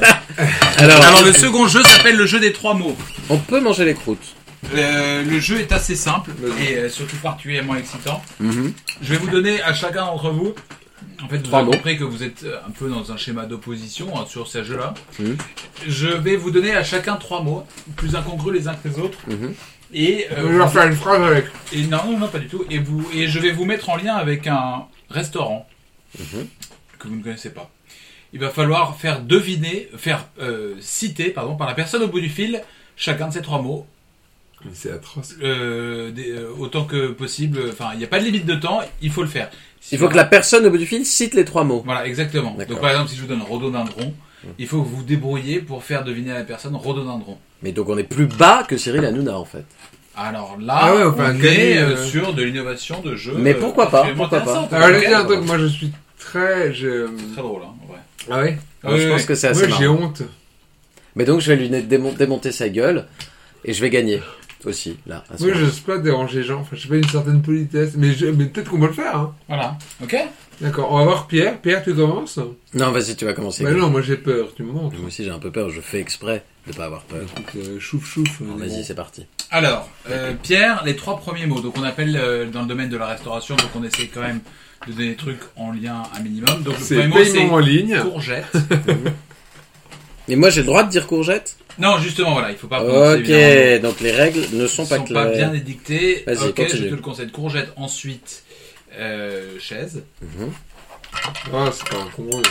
alors,
Alors le second jeu s'appelle le jeu des trois mots.
on peut manger les croûtes.
Euh, le jeu est assez simple
Vas-y.
et euh, surtout particulièrement excitant.
Mhm.
Je vais vous donner à chacun d'entre vous. En fait, vous
Trois
avez
mots.
compris que vous êtes euh, un peu dans un schéma d'opposition hein, sur ces jeux-là.
Mhm.
Je vais vous donner à chacun trois mots, plus incongrus les uns que les autres.
Mhm.
Et,
Je
euh,
vais leur faire une phrase avec.
et non, non, non, pas du tout. Et, vous, et je vais vous mettre en lien avec un restaurant
Mhm.
que vous ne connaissez pas. Il va falloir faire deviner, faire euh, citer pardon, par la personne au bout du fil chacun de ces trois mots
Mais c'est atroce.
euh, des- euh, autant que possible. Enfin, il n'y a pas de limite de temps, il faut le faire.
Il faut que la personne au bout du fil cite les trois mots.
Voilà, exactement.
D'accord. Mhm.
Donc par exemple, si je vous donne rhododendron, il faut que vous vous débrouillez pour faire deviner à la personne rhododendron.
Mais donc, on est plus bas que Cyril Hanouna, en fait.
Alors là,
Ah ouais,
on,
enfin,
est
gagner,
euh,
euh,
sur de l'innovation de jeu.
Mais
euh,
pourquoi pas,
absolument
pourquoi pas. Ah
intéressante.
Alors, je vais dire un
d'accord.
truc, moi je suis très. je-
C'est Très drôle, hein, en vrai.
Ah ouais
Ah
Alors, je
oui,
pense
oui.
que c'est assez
Moi
marrant.
j'ai honte.
Mais donc je vais lui né- démon- démonter sa gueule et je vais gagner aussi là. à ce
Moi
moment.
j'ose pas déranger les gens. Enfin, j'ai pas une certaine politesse. Mais, je- mais peut-être qu'on peut le faire. Hein.
Voilà. Ok.
D'accord, on va voir Pierre. Pierre, tu commences
Non, vas-y, tu vas commencer.
Bah non, moi j'ai peur, tu me montres.
Moi aussi j'ai un peu peur, je fais exprès de pas avoir peur.
Écoute, euh, chouf chouf.
Bon,
euh,
vas-y, c'est parti.
Alors, euh, Pierre, les trois premiers mots. Donc on appelle euh, dans le domaine de la restauration, donc on essaie quand même de donner des trucs en lien un minimum. Donc le
C'est
premier mot c'est
paiement en ligne.
courgette.
Mais moi j'ai le droit de dire courgette
non, justement, voilà, il faut pas. prononcer,
Ok,
évidemment.
donc les règles ne sont pas
sont
claires.
pas
euh,
bien édictés.
Vas-y,
ok,
continue.
je te le conseille. Courgette, ensuite euh, chaise.
Ah, c'est pas un con. euh.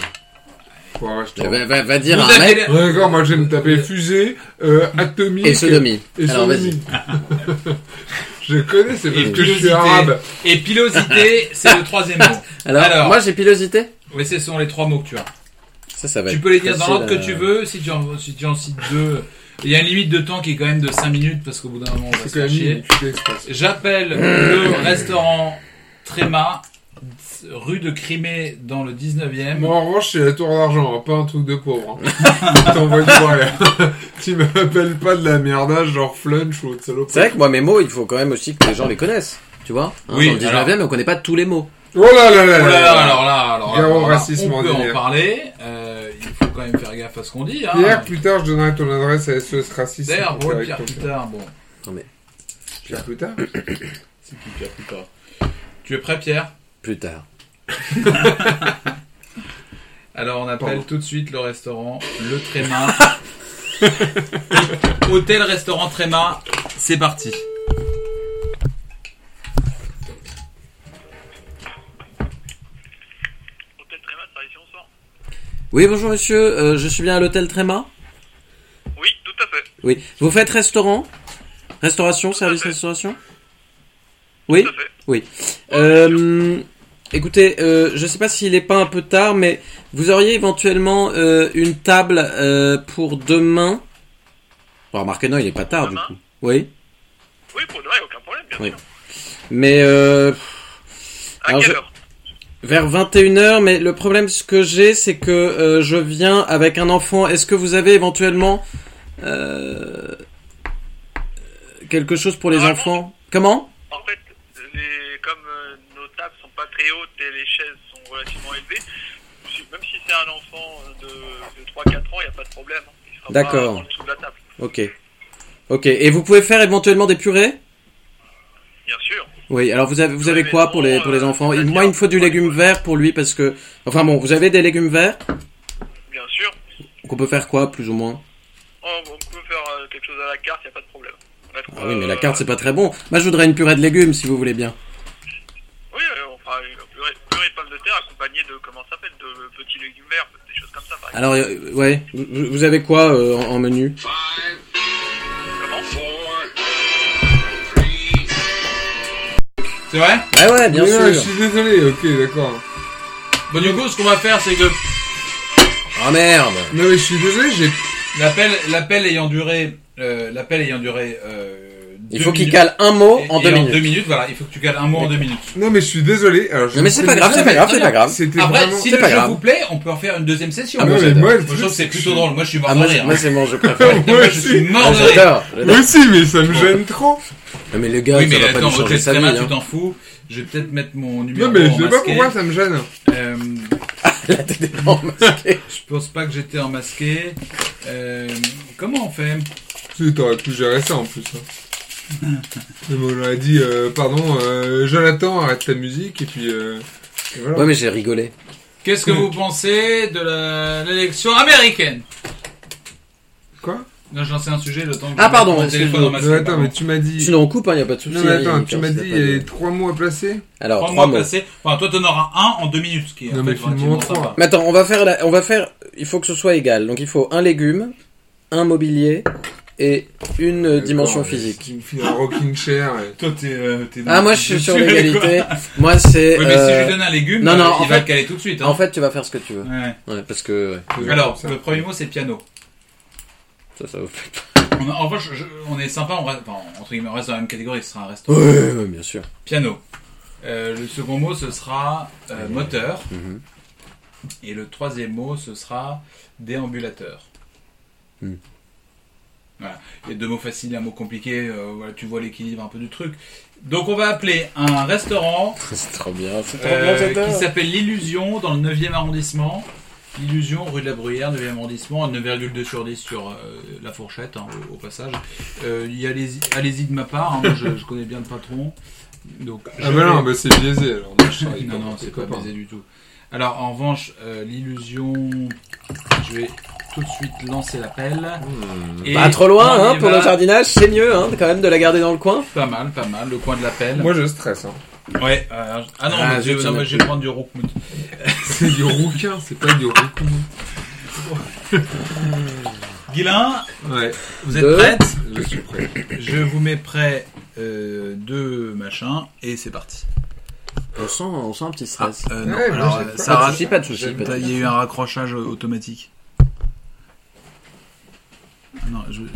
Faut arrêter.
Va, va- va dire
Vous
un
avez
mec
les-
Ouais, D'accord, moi je vais me taper fusée, euh, atomique.
et sodomie.
Et
Alors vas-y.
sodomie. Je connais, c'est parce
Et
que je suis
pilosité.
arabe.
Et pilosité, c'est le troisième mot.
Alors,
Alors.
moi j'ai pilosité.
Mais ce sont les trois mots que tu as.
Ça, ça va
Tu
être
peux les dire dans
facile euh,
l'ordre que
à-
tu veux, si tu, en, si tu en cites deux. Il y a une limite de temps qui est quand même de 5 minutes, parce qu'au bout d'un moment, on va
C'est
se
quand
faire
même
chier.
une putain d'expression.
J'appelle le restaurant Tréma, rue de Crimée, dans le 19 e
Moi, en revanche, c'est la tour d'argent, hein, pas un truc de pauvre. Hein. Je t'envoie le poil. tu m'appelles pas de la merdage, genre flunch ou autre salope.
C'est vrai que moi mes mots, il faut quand même aussi que les gens les connaissent. Tu vois Hein,
Oui,
Dans le 19 e on connaît pas tous les mots.
Oh là là là
Oh
là
là là,
là
alors là, alors là,
Gare euh, au
alors là,
racisme
on peut en
ordinaire.
parler. Euh, il faut quand même faire gaffe à ce qu'on dit. Hein.
Pierre, plus tard, je donnerai ton adresse à E SOS Racisme.
D'ailleurs,
pour
bon,
faire
Pierre
avec
plus
ton-
tard, bon,
Pierre, plus tard
c'est qui Pierre plus tard Tu es prêt, Pierre
Plus tard.
Alors on appelle
Pardon.
tout de suite le restaurant Le Tréma. Hôtel restaurant Tréma, c'est parti.
Hôtel Tréma, ça ici on sort
Oui, bonjour monsieur, euh, je suis bien à l'hôtel Tréma.
Oui, tout à fait.
Oui. Vous faites restaurant Restauration, service restauration Oui
Tout à fait.
Oui. Euh, écoutez, euh, je sais pas s'il est pas un peu tard, mais vous auriez éventuellement euh, une table euh, pour demain Bon, remarquez, non, il est pas tard du
Demain
coup. Oui.
Oui, pour demain, y a aucun problème, bien
Oui.
sûr.
Mais euh,
À
Alors,
quelle
je-
heure
vers 21h, mais le problème ce que j'ai, c'est que euh, je viens avec un enfant. Est-ce que vous avez éventuellement euh, quelque chose pour les
Ah,
enfants Comment
En fait, les... comme euh, nos tables sont pas très hautes et les chaises sont relativement élevées, si- même si c'est un enfant euh, de, de 3-4 ans, il n'y a pas de problème. hein. Il sera pas
D'accord.
en dessous de la table,
Ok. Ok. Et vous pouvez faire éventuellement des purées
bien sûr.
Oui, alors vous avez, vous avez
Oui,
quoi
mais
pour les,
bon,
pour les
euh,
enfants
la
Il- Moi, il me faut du
viande.
légume vert pour lui parce que... Enfin bon, vous avez des légumes verts
Bien sûr.
Qu'on peut faire quoi, plus ou moins
On, on peut faire euh, quelque chose à la carte, il n'y a pas de problème. On a de
Ah
quoi,
oui, mais la
euh,
carte, c'est pas très bon. Moi, je voudrais une purée de légumes, si vous voulez bien.
Oui, euh, on fera une purée, purée de pommes de terre accompagnée de, comment ça s'appelle, de petits légumes verts, des choses comme ça, par exemple.
Alors, euh, ouais, vous, vous avez quoi euh, en, en menu
Five,
Comment
four, three,
C'est vrai
Ah ouais, bien
Mais non, Je
sûr
suis désolé, ok, d'accord.
Bon du coup ce qu'on va faire c'est que
Ah merde
Non, mais je suis désolé, j'ai.
l'appel l'appel ayant duré euh, l'appel ayant duré euh,
Il
deux
faut qu'il
minutes-
cale un mot
et-
en
et
deux
deux
minutes.
minutes, voilà, il faut que tu cales un mot en deux minutes.
Non, mais je suis désolé. Alors, je
Non mais c'est
vous
pas grave, c'est pas grave, c'est pas grave.
C'était
Après,
vraiment.
si
c'est
le
pas
jeu
grave.
vous plaît, on peut en faire une deuxième session.
Ah,
Non,
moi,
mais moi, le
Moi, je
truc,
trouve que c'est
que
plutôt
je-
drôle. Moi, je suis mort
Ah
de
moi, c'est-
rire.
moi, c'est bon, je préfère.
Moi
Moi, je
aussi.
suis mort
Ah,
de rire.
J'adore, j'adore.
Moi aussi, mais ça me gêne trop.
Non, mais le gars,
Oui,
ça
mais
va pas
attends,
lui changer
Hôtel
sa
Tréma,
vie.
tu
Hein.
t'en fous. Je vais peut-être mettre mon numéro
Non, mais
en
je sais pas
masqué.
pourquoi ça me gêne.
Euh,
Là, t'es vraiment masqué.
je pense pas que j'étais en masqué. Euh, comment on fait
Tu t'aurais pu gérer ça en plus. hein. Mais bon, on aurait dit, euh, pardon, euh, Jonathan, arrête ta musique et puis. euh, et voilà.
Ouais, mais j'ai rigolé.
Qu'est-ce que vous pensez de la- l'élection américaine
Quoi
Non, je lançais un sujet le temps que
Ah,
je
pardon,
mette mon téléphone dans ma
Non, attends,
pardon.
mais tu m'as dit.
Sinon, on coupe, hein, y a pas de souci.
Non, mais
hein,
attends,
il-
tu m'as
il y a
dit, euh,
pas
il
de-
y a trois mots à placer.
Alors,
Trois
trois
mots
mots.
placés. Enfin, toi, t'en auras un en deux minutes, ce qui est
Non,
en
mais
fait
filme-moi
relativement
trois.
sympa.
Mais attends, on va faire, la- on va faire, il faut que ce soit égal. Donc il faut un légume, un mobilier et une euh, dimension
D'accord, mais
physique.
Une fille en rocking chair. et-
Toi, t'es. euh, t'es-
Ah moi je
t'es
suis sur
dessus, quoi.
l'égalité. Moi c'est.
Ouais, mais si je
euh,
lui donne un légume,
non,
euh,
non, en
il va
fait-
le caler tout de suite. hein.
En fait tu vas faire ce que tu veux.
Ouais.
Ouais, parce que ouais,
Alors,
Ça.
le premier mot, c'est piano.
ça ça. va.
On, en revanche, je- on est sympa, on reste, enfin, entre guillemets, on reste dans la même catégorie, ce sera un restaurant.
Ouais, ouais, ouais, bien sûr.
Piano. Euh, le second mot, ce sera euh, moteur.
Mhm.
Et le troisième mot, ce sera déambulateur.
Mhm.
Voilà. Il y a deux mots faciles, un mot compliqué. euh, voilà, tu vois l'équilibre un peu du truc. Donc, on va appeler un restaurant
C'est trop bien. C'est trop
euh,
bien
qui
j'adore.
s'appelle l'Illusion dans le 9e arrondissement. L'Illusion, rue de la Bruyère, 9e arrondissement, 9,2 sur 10 sur euh, la fourchette, hein, au, au passage. Euh, il y a les- Allez-y de ma part, hein, moi, je, je connais bien le patron. Donc, je
Ah, bah non,
vais-
bah c'est biaisé alors. Moi, je serais
non, non,
tes
c'est Ah pas
copains.
baisé du tout. Alors, en revanche, euh, l'illusion, je vais tout de suite lancer l'appel. Et
Pas trop loin
on
hein,
y
pour
va.
le jardinage, c'est mieux hein, quand même de la garder dans le coin.
Pas mal, pas mal, le coin de l'appel.
Moi, je stresse. Hein.
Ouais, euh, ah non,
Ah,
mais je,
zut,
non,
j'en ai
mais je vais prendre du roukmout.
C'est du rouquin, c'est pas du rouquin.
Guilin,
Ouais,
vous êtes
Deux.
prête
je suis prêt.
Je vous mets prêt euh, deux machins, et c'est parti.
On sent, on sent un petit
Ah,
stress. Ah,
euh, non,
Ouais, moi,
alors,
j'ai
euh,
peur.
pas
Sarah,
de soucis, pas de soucis.
j'aime
pas de
Là, il y a eu un raccrochage euh, automatique. Non, je...
soucis.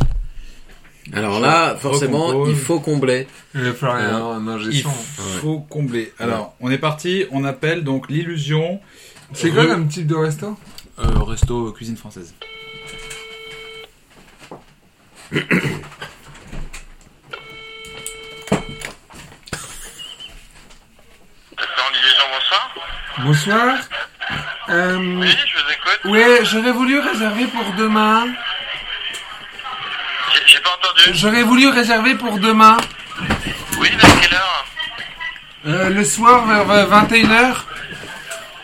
Alors là, forcément,
Recompose.
il faut combler.
Il va falloir
Euh,
un, un ingé
Il
son.
faut combler. Alors, on est parti, on appelle donc l'illusion.
C'est quoi
Rue-
comme type de resto
Euh, resto euh, cuisine française.
Attends, les gens, bonsoir.
Bonsoir. Euh,
Oui, je vous écoute.
ouais, j'aurais voulu réserver pour demain.
J'ai- J'ai pas entendu.
J'aurais voulu réserver pour demain.
Oui, vers quelle heure
Euh, le soir vers 21h.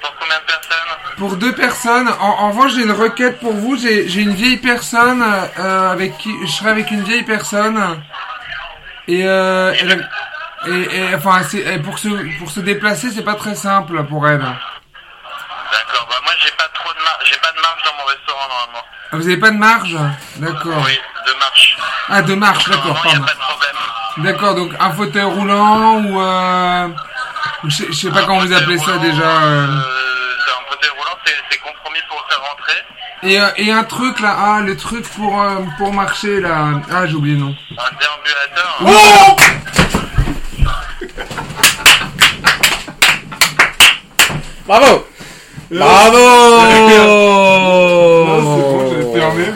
Pour combien de personnes
Pour deux personnes. En, en revanche, j'ai une requête pour vous. J'ai j'ai une vieille personne euh, avec qui je serai avec une vieille personne. Et, euh, elle- et, et- enfin, c'est- et pour se pour se déplacer, c'est pas très simple pour elle. Ah,
D'accord, bah moi j'ai pas trop de marge, j'ai pas de marge dans mon restaurant normalement.
Ah, vous avez pas de marge, d'accord.
Oui, de marche.
Ah, de marche, d'accord.
Normalement, il
Pardon.
n'y a pas de problème.
D'accord. Donc un fauteuil roulant ou euh, ou je sais- je sais pas comment vous appelez ça déjà. euh.
Euh, c'est un fauteuil roulant, c'est c'est compromis pour faire rentrer.
Et, euh, et un truc là, ah le truc pour euh, pour marcher là, ah j'ai oublié le nom.
Un déambulateur.
Bravo
Oh,
Bravo
Oh.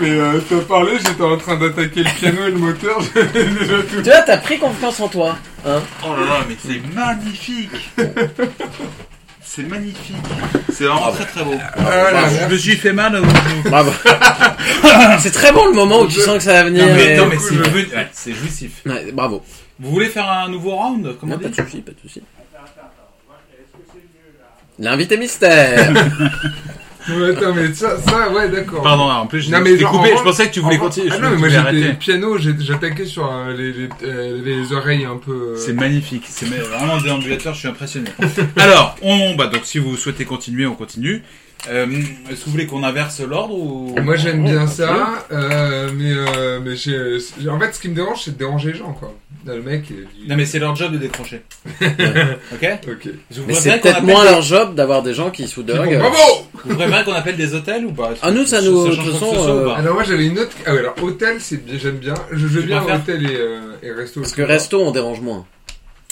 mais euh, t'as parlé, j'étais en train d'attaquer le piano et le moteur, j'avais déjà tout.
Tu vois, t'as pris confiance en toi. Hein
Oh là là, mais c'est magnifique C'est magnifique C'est vraiment très très beau. Ah bah.
Ah,
je me suis fait mal euh, au...
Bravo. c'est très bon le moment où tu sens que ça va venir.
Non mais,
et-
non, mais c'est venu- ouais, c'est jouissif.
Ouais, bravo.
Vous voulez faire un nouveau round Comment
Non,
on
pas de
dit
soucis, pas de soucis. L'invité mystère
attends, mais ça, ça ouais, d'accord.
Pardon, en plus je
Non, mais
t'ai
genre,
coupé,
en
je pensais que tu voulais
En-
continuer. je
Ah non,
me
mais moi
suis
j'étais
arrêté.
piano, j'ai- j'attaquais sur euh, les, les, euh, les oreilles un peu. euh,
C'est magnifique, c'est ma- vraiment un déambulateur, je suis impressionné. Alors, on, bah donc si vous souhaitez continuer, on continue. Euh, Est-ce que vous voulez qu'on inverse l'ordre ou
Moi j'aime
Ouais,
bien
c'est
ça, euh, mais, euh, mais j'ai- j'ai- en fait ce qui me dérange c'est de déranger les gens quoi. Là, le mec. il- il-
Non mais c'est leur job de décrocher. ok
Ok.
Vous
Mais
préférez
c'est
qu'on
peut-être
appelle
moins
des-
leur job d'avoir des gens qui se foutent de leur gueule.
Bravo!
Vous préférez qu'on appelle des hôtels ou pas
Ah, nous, ça
change
nous-
quoi
de
que
toute
ce
façon,
soit ou
euh,
pas
Ah non, moi j'avais une autre. Ah ouais, alors hôtel, c'est bien, j'aime bien. Je veux
Tu
bien
préfères
hôtel et, euh, et resto.
Parce que resto, on dérange moins.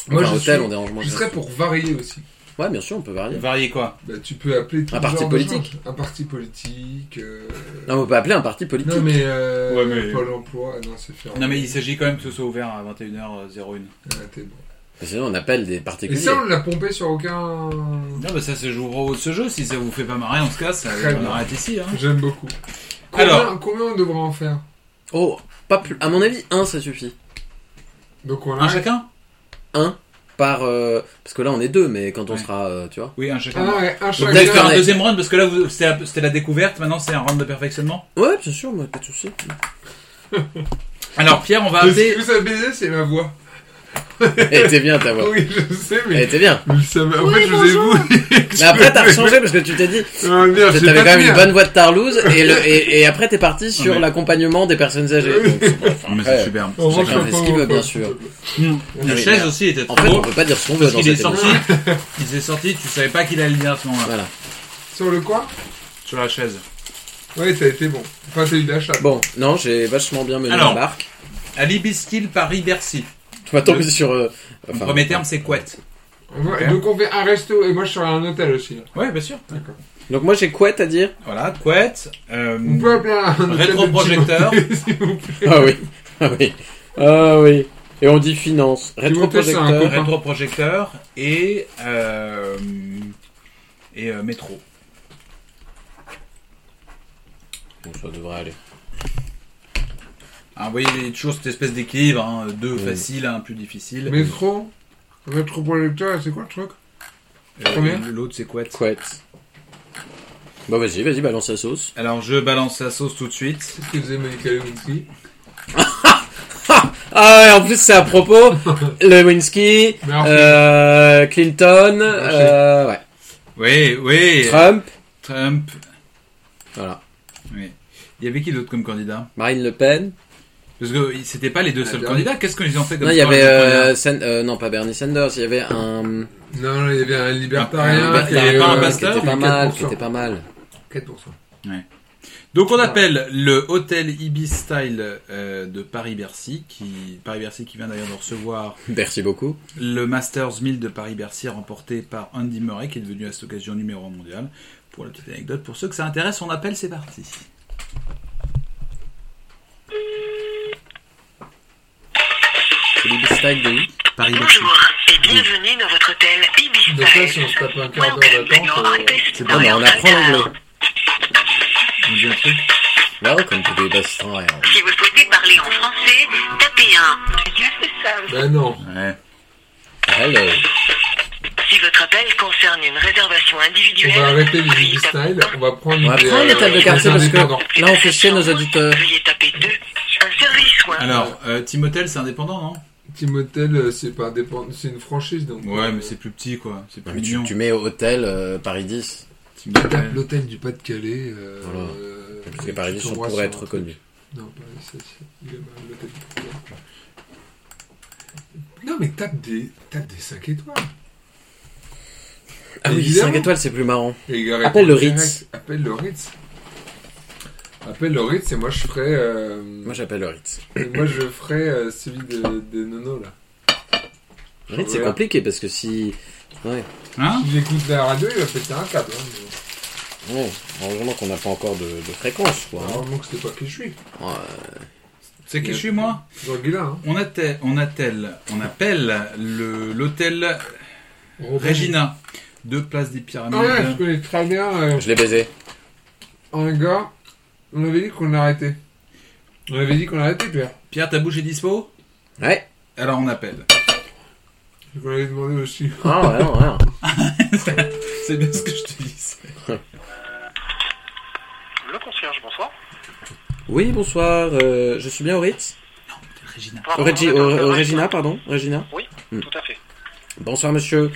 Moi,
Enfin,
je
hôtel,
suis-
on dérange moins.
Je serais pour varier aussi.
Ouais, bien sûr, on peut varier.
Varier quoi
Bah, tu peux appeler tout
Un parti
genre de
politique.
gens. Un parti politique. euh,
Non, on peut appeler un parti politique.
Non mais, euh...
Ouais, mais-
Pôle emploi. Ah non, c'est fermé.
Non mais il s'agit quand même que ce soit ouvert à 21h01.
Ah, t'es bon.
Mais Sinon, on appelle des
Et
particuliers.
ça, on l'a pompé sur aucun.
Non bah ça se jouera au ce jeu, si ça vous fait pas marrer on se casse,
Très
on
bien.
arrête ici. Hein.
J'aime beaucoup. Combien,
Alors.
combien on devrait en faire
Oh, pas plus. À mon avis, un, ça suffit.
Donc on
Un
arrête.
chacun
Par euh, parce que là, on est deux, mais quand on
Ouais.
sera, euh, tu vois.
Oui un chacun.
Ah ouais, un
Donc,
chacun.
Vous allez faire un
Alternate.
deuxième round parce que là vous- c'était la- c'était la découverte, maintenant c'est un round de perfectionnement.
Ouais, bien sûr, moi, pas de souci.
Alors Pierre, on va
Mais Ce que
appeler.
vous avez baisé, c'est ma voix.
Elle était bien ta voix.
Oui, je sais,
Elle
mais.
était bien.
Vous le savez. En fait, je vous ai voulu.
Mais après, t'as changé parce que tu t'es dit,
Ah, merde, j'ai
t'avais
pas
quand même
tenu,
une
hein.
bonne voix de Tarlouse et, le, et, et après, t'es parti sur
mais-
l'accompagnement des personnes âgées. Donc,
Non, Ah, mais
Ouais.
c'est superbe.
hein. On
Chacun
rentre
fait
pas
ce qu'il
au-
veut, bien sûr.
La
Oui,
chaise
mais-
aussi était trop
En fait, on
haute,
peut pas dire ce qu'on veut
Parce
dans
qu'il est
cette
sorti,
émission.
il s'est sorti, tu savais pas qu'il allait le dire à ce moment-là.
Voilà.
Sur le quoi
Sur la chaise.
Ouais, ça a été bon. Enfin, t'as eu de la chatte.
Bon, non, j'ai vachement bien mené
Alors.
la barque.
À Libiskill, Paris-Bercy.
Tu vas tomber
Le-
sur. euh,
Mon
enfin,
premier terme, c'est couette.
On va- Donc on fait un resto et moi je serai à un hôtel aussi.
Ouais, bien sûr.
Donc moi j'ai couette à dire.
Voilà, couette. Euh,
On peut appeler un hôtel de
Rétroprojecteur.
petit monté, s'il vous plaît.
Ah oui, ah oui, ah oui. Et on dit finance,
Timothée, c'est un
rétroprojecteur.
copain.
Rétroprojecteur et. euh, et euh, métro.
Bon, ça devrait aller.
Hein, vous voyez, il y a toujours cette espèce d'équilibre, hein, deux
Oui.
faciles, un plus difficile.
Métro, rétroprojecteur, c'est quoi le truc
Euh,
combien
L'autre, c'est couette.
Couette. Bon vas-y, vas-y, balance la sauce.
Alors, je balance la sauce tout de suite.
C'est ce que faisait Michael Winsky.
Ah ouais, en plus c'est à propos. Lewinsky,
Mais en fait-
euh, Clinton,
je sais.
euh, ouais.
Oui, oui.
Trump.
Trump.
Voilà.
Oui. Il y avait qui d'autre comme candidat
Marine Le Pen.
Parce que ils- c'était pas les deux
La
seuls
dernière.
candidats. Qu'est-ce qu'ils ont fait comme
Non, il y
soirée
avait
de
euh,
première
Sen- euh, non pas Bernie Sanders, il y avait un
Non, non, il y avait un libertarien.
Ah,
Bert
qui
il y avait
est,
pas un
euh,
qui
pasteur
était pas
4%.
mal, qui était pas mal.
4%.
Donc on appelle le hôtel Ibis Style euh, de Paris-Bercy, qui Paris-Bercy qui vient d'ailleurs de recevoir
Merci beaucoup.
le Masters 1000 de Paris-Bercy remporté par Andy Murray, qui est devenu à cette occasion numéro 1 mondial. Pour la petite anecdote, pour ceux que ça intéresse, on appelle, c'est parti.
C'est le style de oui.
Paris-Bercy.
Bonjour et bienvenue dans votre hôtel Ibis
Donc là, si on se tape un quart d'heure d'attente, euh,
C'est bon, mais on apprend l'anglais.
On dit un truc
Welcome to the best trial.
Si vous souhaitez parler en français, tapez 1.
Ben non.
Ouais.
Hello.
Si votre appel concerne une réservation
On va
individuelle,
arrêter les Easy Style. On va prendre
On va
des, euh,
prendre les tables de
des
quartier parce
indépendants.
que là on fait chier nos auditeurs.
veuillez taper 2. Un service soin.
Alors, euh, Timotel, c'est indépendant, non
Timotel, euh, c'est pas indépendant, c'est une franchise donc.
Ouais, mais
euh,
c'est plus petit, quoi. C'est
Non,
plus
mais tu,
mignon.
tu mets hôtel euh, Paris 10.
on tape
Timotel.
euh, l'hôtel du Pas-de-Calais. euh,
Voilà.
euh,
Parce que
et
les Paris 10
tu
sont
tomberas
pour
sur
être
un truc.
reconnus.
Non, pas ça, c'est- il y a mal, l'hôtel du Pas-de-Calais. Non, mais tape des, tape des 5 étoiles.
Ah oui,
Évidemment.
5 étoiles, c'est plus marrant.
Et il y a
Appelle le
réponse
Ritz.
directe. Appelle le Ritz. Appelle le Ritz et moi je ferai. euh,
Moi j'appelle le Ritz.
et moi je ferai euh, celui de, de Nono là.
Le Ritz c'est
Voilà.
compliqué parce que si. Ouais.
Hein
Si j'écoute la radio, il va péter un câble. Hein, mais...
Ouais. Heureusement qu'on n'a pas encore de, de fréquence, quoi. hein.
Heureusement que c'était pas qui je suis.
Ouais.
C'est qui je suis, moi
Toujours Guilin, hein.
On attelle, on attelle, on appelle le l'hôtel
Robin.
Regina de Place des Pyramides.
Ah ouais, je connais très bien euh,
Je l'ai baisé.
un gars. On avait dit qu'on l'arrêtait. On avait dit qu'on l'arrêtait, Pierre.
Pierre, ta bouche est dispo
Ouais.
Alors on appelle.
Je qu'on avait demandé aussi.
Ah ouais, ouais. ouais.
C'est bien ce que je te dis.
Le concierge, bonsoir.
Oui, bonsoir. euh, je suis bien au Ritz.
Regina.
Au Regi- au- au Regina, pardon. Regina.
Tout à fait.
Bonsoir monsieur.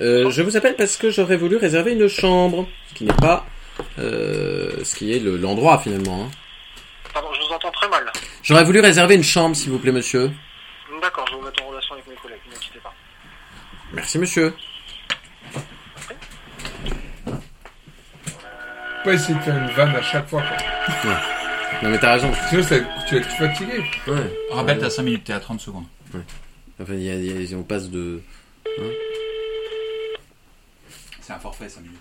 Euh, je vous appelle parce que j'aurais voulu réserver une chambre, ce qui n'est pas euh, ce qui est le- l'endroit finalement. hein.
Pardon, je vous entends très mal.
J'aurais voulu réserver une chambre s'il vous plaît monsieur.
D'accord, je vais vous mettre en relation avec mes collègues, ne quittez pas.
Merci monsieur.
Faut Pas essayer de faire une vanne à chaque fois. Quoi.
Non mais t'as raison.
Sinon, ça- tu vas être fatigué.
Ouais.
Rappelle, t'as 5 minutes, t'es à 30 secondes.
Enfin, il y a- il y a- on passe de...
C'est un forfait 5 minutes.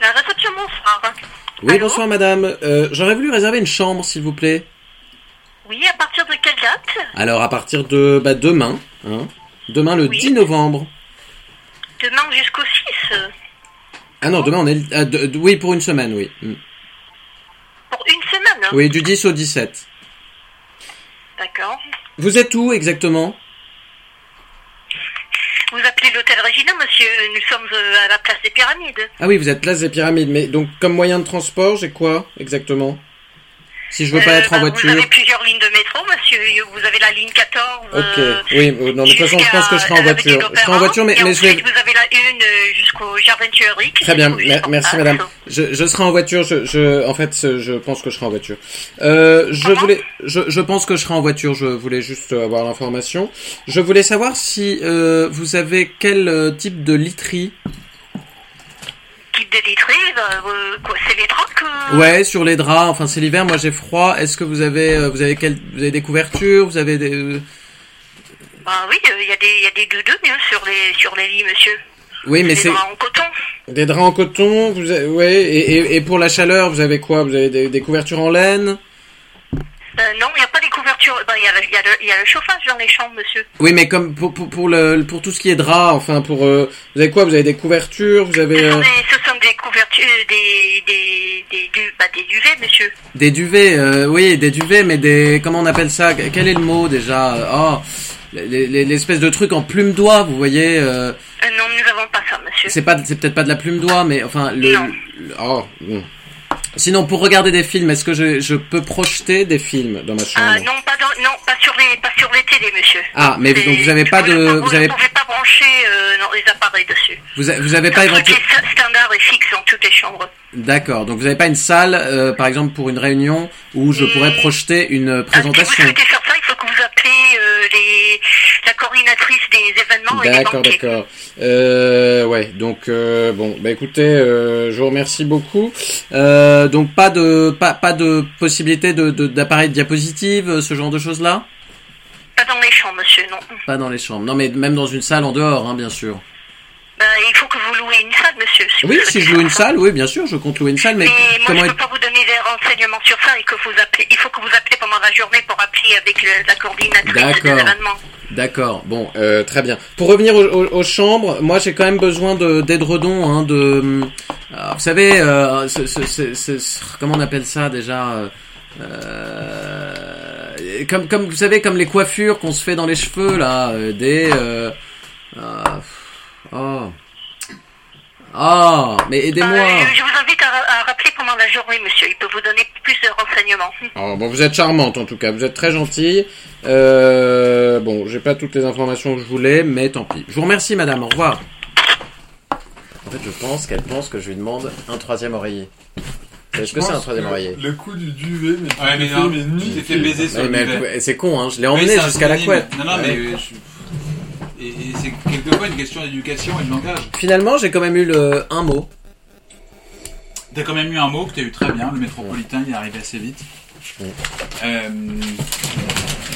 La réception, mon frère.
Oui,
Allô
bonsoir madame. Euh, j'aurais voulu réserver une chambre s'il vous plaît.
Oui, à partir de quelle date
Alors à partir de bah, demain, hein, demain le
Oui.
10 novembre.
Demain jusqu'au 6. euh,
Ah non, demain on est... le- ah, de- de- oui, pour une semaine, oui. Mm.
Pour une semaine. hein.
Oui, du 10 au 17.
D'accord.
Vous êtes où exactement
Vous appelez l'hôtel Regina, monsieur. Nous sommes euh, à la place des pyramides.
Ah oui, vous êtes place des pyramides, mais donc comme moyen de transport, j'ai quoi exactement Si je veux pas
Euh,
être en
bah, Vous
voiture.
avez plusieurs lignes de métro, monsieur. Vous avez la ligne 14.
Ok,
euh,
oui, euh, non, de toute façon, je pense que je serai en
jusqu'à la
voiture.
Vallée
Je serai en
d'Opéra.
voiture, mais,
Et
mais je vais.
ensuite, Vous avez la une euh, jusqu'au jardin Thueric.
Très bien, mer- merci madame. Je, je serai en voiture, je, je, en fait, ce- je pense que je serai en voiture. Euh, je
Pardon
voulais, je, je pense que je serai en voiture, je voulais juste euh, avoir l'information. Je voulais savoir si euh, vous avez quel euh, type de literie
Type de détruire, euh, quoi, c'est les trocs euh,
Ouais, sur les draps, enfin c'est l'hiver, moi j'ai froid. Est-ce que vous avez, euh, vous avez quel, vous avez des couvertures, vous avez des... euh,
bah oui, il y, a des- y a des doudous hein, sur, les, sur les lits, monsieur.
Oui, mais
Des
c'est...
draps en coton.
Des draps en coton, vous avez, ouais, et, et, et pour la chaleur, vous avez quoi Vous avez des, des couvertures en laine
Euh, non, il n'y a pas des couvertures. Bah, Il y, a le- y a le- y a le chauffage dans les chambres, monsieur.
Oui, mais comme pour, pour, pour, le, pour tout ce qui est drap, enfin pour... euh, vous avez quoi Vous avez des couvertures, vous avez
Ce sont
euh,
des, ce sont des couvertures, euh, des, des, des, du- bah, des duvets, monsieur.
des duvets, euh, oui, des duvets, mais des... Comment on appelle ça Quel est le mot déjà Euh, Oh, les- les- l'espèce de truc en plume d'oie, vous voyez euh,
Euh, non, nous n'avons pas ça, monsieur.
C'est pas, c'est peut-être pas de la plume d'oie, mais enfin... Le,
Non.
le- oh, bon. Sinon, pour regarder des films, est-ce que je, je peux projeter des films dans ma
Ah,
chambre
non, pas, dans, non pas, sur les, pas sur les télés, monsieur.
Ah, mais donc vous avez pas
Vous ne
de... Vous avez,
pouvez pas brancher euh, non, les appareils dessus.
vous avez, vous avez pas
C'est un truc
éventuellement...
qui est sta- standard et fixe dans toutes les chambres.
D'accord. Donc vous n'avez pas une salle, euh, par exemple pour une réunion où je pourrais projeter une
Ah, Si
présentation.
vous souhaitez faire ça, il faut que vous appelez euh, les, la coordinatrice des événements et des
D'accord,
banquets.
d'accord. Euh, ouais. Donc euh, bon, bah écoutez, euh, je vous remercie beaucoup. Euh, donc pas de pas pas de possibilité de de- d'appareil de diapositive, euh, ce genre de choses là.
Pas dans les champs, monsieur, non.
Pas dans les chambres. Non, mais même dans une salle en dehors, hein, bien sûr.
Ben, il faut que vous louez une salle, monsieur. si
Oui,
vous
si
souhaitez
je loue
faire
une
ça.
salle, oui, bien sûr, je compte louer une salle, mais,
Mais moi,
comment
je ne
est...
peux pas vous donner des renseignements sur ça et que vous appelez. Il faut que vous appelez pendant la journée pour appeler avec le- la coordinatrice des
D'accord.
événements.
D'accord, bon, euh, très bien. Pour revenir aux, aux- aux chambres, moi j'ai quand même besoin de- d'aide redon, hein, de... euh, vous savez, euh, ce- ce- ce- ce- ce- comment on appelle ça déjà euh, euh, comme, comme vous savez, comme les coiffures qu'on se fait dans les cheveux, là, euh, des... euh, euh, oh. Ah, mais aidez-moi.
Euh, je, je vous invite à, ra- à rappeler pendant la journée, monsieur. Il peut vous donner plus de renseignements.
Oh, bon, vous êtes charmante en tout cas, vous êtes très gentille. Euh, bon, j'ai pas toutes les informations que je voulais, mais tant pis. Je vous remercie, madame, au revoir. En fait, je pense qu'elle pense que je lui demande un troisième oreiller. Est-ce que c'est un troisième oreiller
Le coup du duvet, mais,
Ouais, mais non,
mais
tu t'es fait baiser sur
Ouais,
le
mais
duvet.
elle- C'est con, hein, je l'ai
Oui,
emmené
c'est un
jusqu'à la
synonyme.
couette.
Non, non, mais
Ouais.
euh, je- et, et c'est quelquefois une question d'éducation et de langage.
Finalement, j'ai quand même eu le, un mot.
T'as quand même eu un mot que t'as eu très bien, le métropolitain, il est arrivé assez vite.
Ouais.
Euh,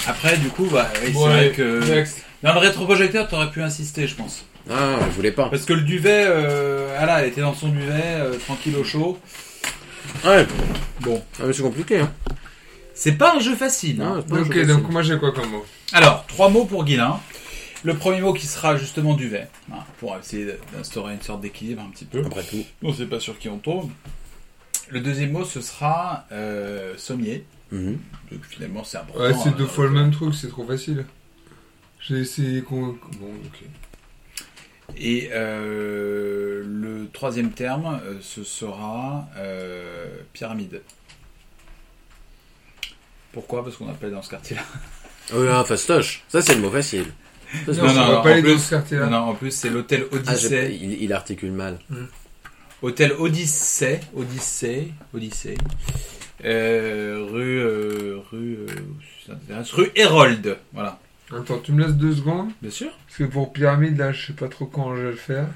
après, du coup, bah, oui, c'est vrai que. Dans le rétroprojecteur, t'aurais pu insister, je pense.
Ah, je voulais pas.
Parce que le duvet, euh, voilà, elle était dans son duvet, euh, tranquille au chaud.
Ouais,
Bon,
ah, mais c'est compliqué, hein.
c'est pas un jeu facile. hein.
Ah, c'est pas un jeu
Ok,
facile.
donc moi j'ai quoi comme mot
Alors, trois mots pour Guilin. Le premier mot qui sera justement duvet, hein, pour essayer d'instaurer une sorte d'équilibre un petit peu.
Après tout.
On sait pas sur qui on tombe. Le deuxième mot, ce sera euh, sommier.
Mhm.
Donc finalement, c'est important.
Ouais, c'est
hein,
deux
dans
fois
le
le même truc, c'est trop facile. J'ai essayé qu'on. Bon, ok.
Et euh, le troisième terme, euh, ce sera euh, pyramide. Pourquoi Parce qu'on appelle dans ce quartier-là.
Oh là, fastoche. Ça, c'est le mot facile. Ça, c'est
Non,
le
non, on
mot
non,
va
non,
pas
en
aller
plus-
dans ce
Non,
quartier-là.
non, en plus, c'est l'hôtel
Ah, j'ai-
Odyssée.
il, il articule mal.
Hôtel Odyssée. Odyssée. Odyssée. Euh, rue. euh, rue. euh, ça m'intéresse, rue Hérold. Voilà.
Attends, tu me laisses deux secondes
Bien sûr.
Parce que pour pyramide, là, je sais pas trop quand je vais le faire.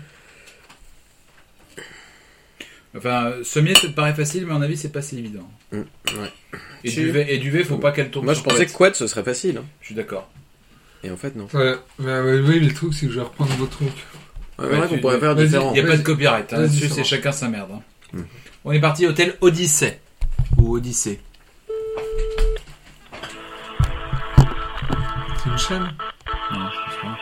Enfin, euh, sommier, ça te paraît facile, mais à mon avis, c'est pas si évident.
Mm, ouais.
Et
Si.
duvet, et duvet, faut pas qu'elle tombe
Moi, je
sur
pensais que
couette.
couette, ce serait facile. hein.
Je suis d'accord.
Et en fait, non.
Attends, mais, mais oui, le truc, c'est que je vais reprendre vos trucs.
Ouais,
Ouais,
ouais,
tu-
qu'on pourrait faire
vas-y,
différent.
Il n'y a pas de copyright. hein.
Vas-y,
Là-dessus,
ça
c'est
va.
chacun sa merde. hein.
Mm.
On est parti, hôtel Odyssée. Ou Odyssée.
C'est une chaîne
Non, je pense pas.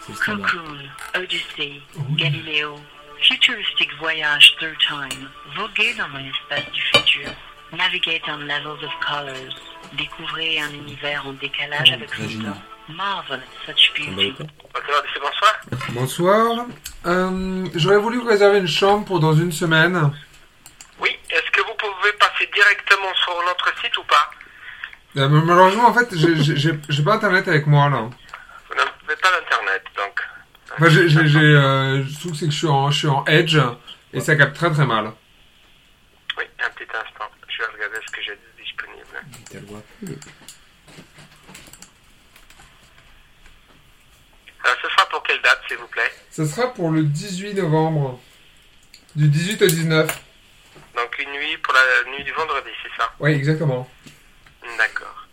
C'est le standard.
Odyssey, Galileo, futuristic voyage through time, voguez dans un espace du futur, navigate on levels of colors, découvrez un univers en décalage
Oh,
avec son
Regina.
temps. Marvel at such beauty.
c'est bonsoir.
Bonsoir. Euh, J'aurais voulu réserver une chambre pour dans une semaine.
Oui, est-ce que vous pouvez passer directement sur notre site ou pas
Euh, mais malheureusement, en fait, j'ai- j'ai j'ai- j'ai pas internet avec moi, là.
Vous n'avez pas d'internet, donc.
Enfin, j'ai, j'ai, j'ai, euh, je trouve que c'est que je suis en, je suis en edge et ça capte très très mal.
Oui, un petit instant. Je vais regarder ce que j'ai de disponible.
Hôtel Watt.
Alors, ce sera pour quelle date, s'il vous plaît
Ça sera pour le 18 novembre. Du 18 au 19.
Donc, une nuit pour la nuit du vendredi, c'est ça
Oui, exactement.
D'accord.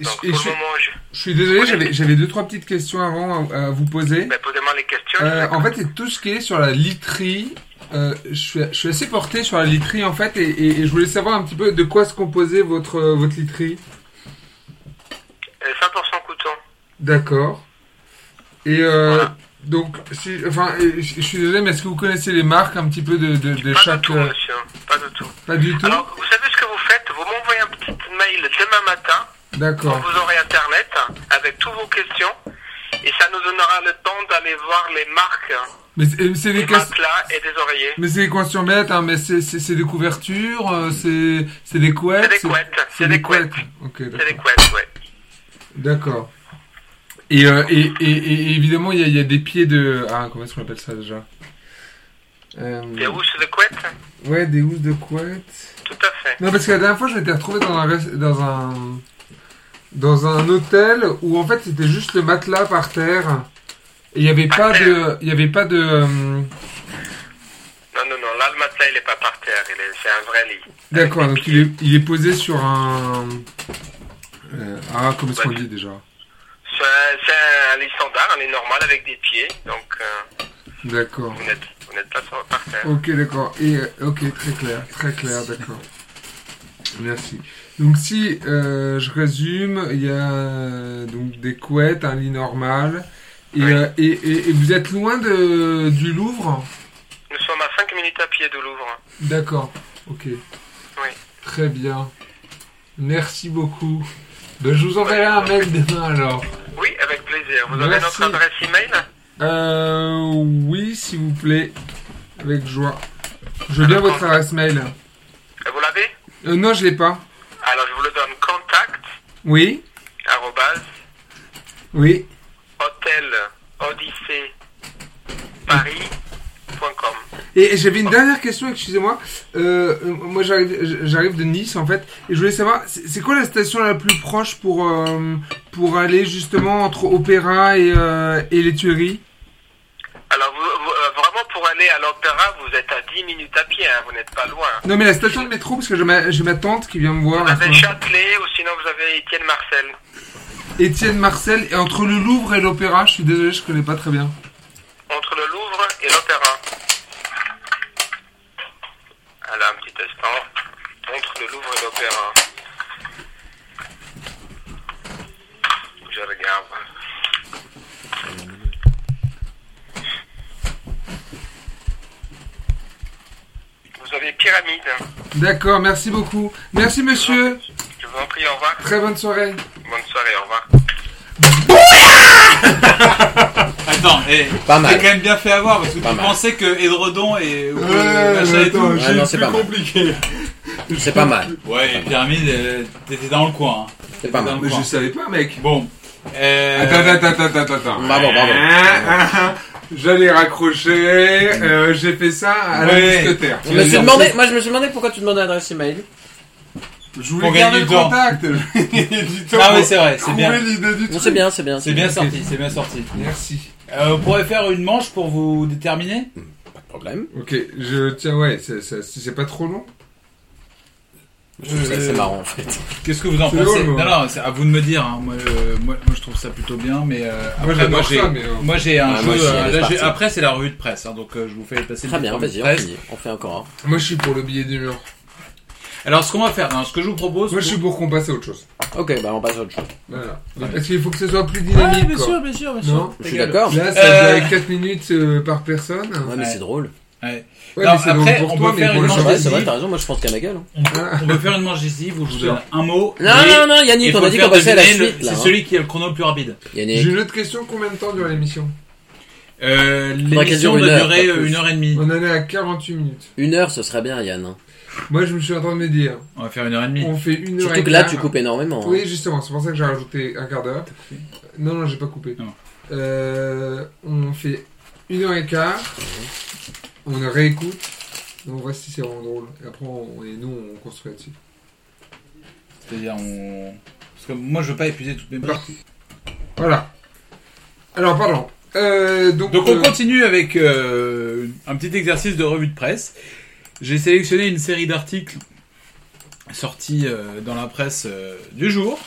Et
Donc,
je, et je
pour
suis-
le moment, je...
je suis désolé, j'avais, j'avais deux trois petites questions avant à, à vous poser.
ben, posez-moi les questions.
Euh,
je vais-
en fait, c'est tout ce qui est sur la literie. Euh, je, suis, je suis assez porté sur la literie en fait et, et- et je voulais savoir un petit peu de quoi se composait votre, euh, votre literie.
Euh, 100% coton.
D'accord. Et euh,
Voilà.
donc, si, enfin, et je je suis désolé, mais est-ce que vous connaissez les marques un petit peu de, de, de
Pas
chaque...
du tout,
euh,
monsieur. Pas du tout.
Pas du tout
Alors, vous savez ce que vous faites Vous m'envoyez un petit mail demain matin quand
D'accord.
vous aurez Internet avec toutes vos questions et ça nous donnera le temps d'aller voir les marques,
Mais c'est c'est
des
des questions...
matelas et des oreillers.
Mais c'est des questions bêtes, hein, mais c'est- c'est c'est des couvertures, euh, c'est Ah, c'est des couettes.
C'est des couettes,
C'est des couettes. Ok,
C'est des
d'accord.
couettes, ouais.
D'accord. Et, euh, et, et, et évidemment, il y a, il y a des pieds de... Ah, comment est-ce qu'on appelle ça déjà Euh,
Des housses de couette
ouais, des housses de couette.
Tout à fait.
Non, parce que la dernière fois, je m'étais retrouvé dans un, res- dans un, dans un hôtel où en fait c'était juste le matelas par terre. Et il n'y avait pas de. Il y avait pas de. euh,
Non, non, non, là, le matelas, il est pas par terre. il est- C'est un vrai lit.
D'accord, donc il est, il est posé sur un. euh, ah, comment est-ce qu'on dit déjà
C'est un- c'est un lit standard, un lit normal avec des pieds. Donc, euh,
D'accord.
vous n'êtes vous n'êtes pas sur- par terre.
Ok, d'accord. Et euh, ok, très clair, très clair, d'accord. Merci. Donc si euh, je résume, il y a euh, donc des couettes, un lit normal, et,
Oui.
euh, et, et- et vous êtes loin de, du Louvre.
Nous sommes à 5 minutes à pied de Louvre.
D'accord. Ok. Très bien. Merci beaucoup. Ben, je vous enverrai un mail demain alors.
Oui, avec plaisir. Vous avez
Merci.
notre adresse email
Euh, oui, s'il vous plaît, avec joie. Je veux bien votre adresse mail.
Vous l'avez
Euh, non, je l'ai pas.
Alors, je vous le donne contact,
Oui,
arrobase,
oui.
hôtel, odyssée, paris.com.
Et j'avais une dernière question, excusez-moi. Euh, euh, moi, j'arrive j'arrive de Nice, en fait. Et je voulais savoir, c'est c'est quoi la station la plus proche pour, euh, pour aller justement entre Opéra et, euh, et les Tuileries
Alors, vous, vous- euh, vraiment, pour aller à l'opéra, vous êtes à 10 minutes à pied, hein, vous n'êtes pas loin.
Non, mais la station de métro, parce que j'ai ma, j'ai ma tante qui vient me voir.
Vous
là,
avez
sur-
Châtelet ou sinon vous avez Étienne Marcel.
Étienne Marcel, et entre le Louvre et l'Opéra, je suis désolé, je connais pas très bien.
Entre le Louvre et l'opéra. Alors, un petit instant. Entre le Louvre et l'opéra. Je regarde. Vous avez Pyramide.
D'accord, merci beaucoup. Merci monsieur,
Je vous en prie, au revoir.
très bonne soirée.
Bonne soirée, au revoir.
Attends, eh,
Pas mal.
t'as quand même bien fait avoir parce que
Pas
tu
mal.
pensais que Edredon et.
Euh,
ou que machin et tout.
j'ai non, c'est plus pas mal.
compliqué.
C'est pas mal.
Ouais, et Pyramide, euh, t'étais dans le coin. hein.
C'est pas
T'étais dans
mal.
le coin.
savais pas, mec.
Bon. Euh,
Attends, attends, attends, attends, attends.
Bravo, bravo.
Ah, ah, ah. J'allais raccrocher, euh, j'ai fait ça à
Ouais.
la mousquetaire.
Je me suis demandé, moi je me suis demandé pourquoi tu demandais l'adresse email.
Je voulais
Pour
garder
gagner
le
du temps.
contact. Je voulais gagner du temps
Ah oui,
pour
c'est vrai, c'est
trouver
bien.
l'idée du
Non,
truc.
c'est bien, c'est bien.
C'est bien
pas
sorti, c'est bien sorti.
Merci.
Euh, on pourrait faire une manche pour vous déterminer
de Problème.
Ok, je tiens, ouais, c'est- c'est c'est pas trop long.
Je trouve ça- C'est marrant en fait.
Qu'est-ce que vous en
C'est
pensez
drôle, moi.
Non, non, c'est à vous de me dire. hein. Moi, euh, moi, moi, je trouve ça plutôt bien, mais euh, après,
j'adore
moi,
ça,
j'ai,
mais, euh,
moi, j'ai un
Ah,
jeu.
moi aussi,
euh,
allez,
là,
c'est
j'ai-
parti.
après, c'est la revue de presse, hein, donc euh, je vous fais passer.
Très
le
bien,
revue de
vas-y, on
presse.
finit. On fait encore un.
Moi, je suis pour le billet du mur.
Alors, ce qu'on va faire, hein, ce que je vous propose.
Moi, je suis pour qu'on passe à autre chose.
Ok, bah on passe à autre chose.
Voilà.
Ah,
Parce qu'il faut que ce soit plus
Ouais,
dynamique.
bien
quoi.
sûr, bien sûr, bien
Non,
sûr.
Je suis d'accord. Ouais,
Là, ça
Euh.
fait 4 minutes euh, par personne.
mais
Ouais.
c'est drôle.
Ouais.
Ouais,
Non,
mais c'est
après,
drôle pour
on
toi,
peut
mais
faire
pour
une
le
manche
C'est
reste-
vrai,
dis-
c'est vrai, t'as raison, moi je pense qu'à ma gueule. hein.
On, peut- on peut faire une manche ici. Vous, je vous donne un mot.
Non,
et-
non, non, Yannick,
et
on
faut
a dit
faire
qu'on passait à la
deviner le-
suite, là,
C'est
hein.
celui qui a le chrono le plus rapide.
J'ai
Yannick.
une autre question. Combien de temps dure l'émission
Euh,
qu'elle
L'émission
dure une
doit
heure,
durer
pas plus.
euh, une heure et demie.
On en est à 48 minutes.
Une heure, ce serait bien, Yann. hein.
Moi, je me suis en train de me dire,
On va faire une heure et demie.
on fait une heure
Surtout
et
que là,
quart.
tu coupes énormément. hein.
Oui, justement, c'est pour ça que j'ai rajouté un quart d'heure. Non, non, j'ai pas coupé.
Non.
Euh, on fait une heure et quart, on réécoute, et on voit si c'est vraiment drôle. Et après, on, et nous, on construit là-dessus.
C'est-à-dire, on. Parce que moi, je veux pas épuiser toutes mes
Alors,
manches.
Voilà. Alors, pardon. Euh, donc,
Donc on
euh,
continue avec euh, un petit exercice de revue de presse. J'ai sélectionné une série d'articles sortis euh, dans la presse euh, du jour.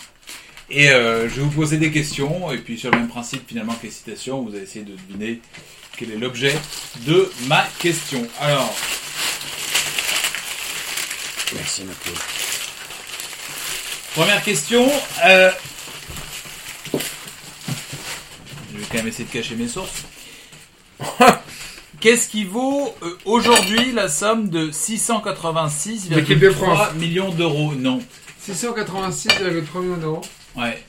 Et euh, je vais vous poser des questions. Et puis sur le même principe finalement que les citations, vous allez essayer de deviner quel est l'objet de ma question. Alors,
Merci, ma pauvre.
première question. euh, Je vais quand même essayer de cacher mes sources. Qu'est-ce qui vaut euh, aujourd'hui la somme de
L'équipe de
686,3
France.
millions d'euros Non.
686,3 millions d'euros.
Ouais.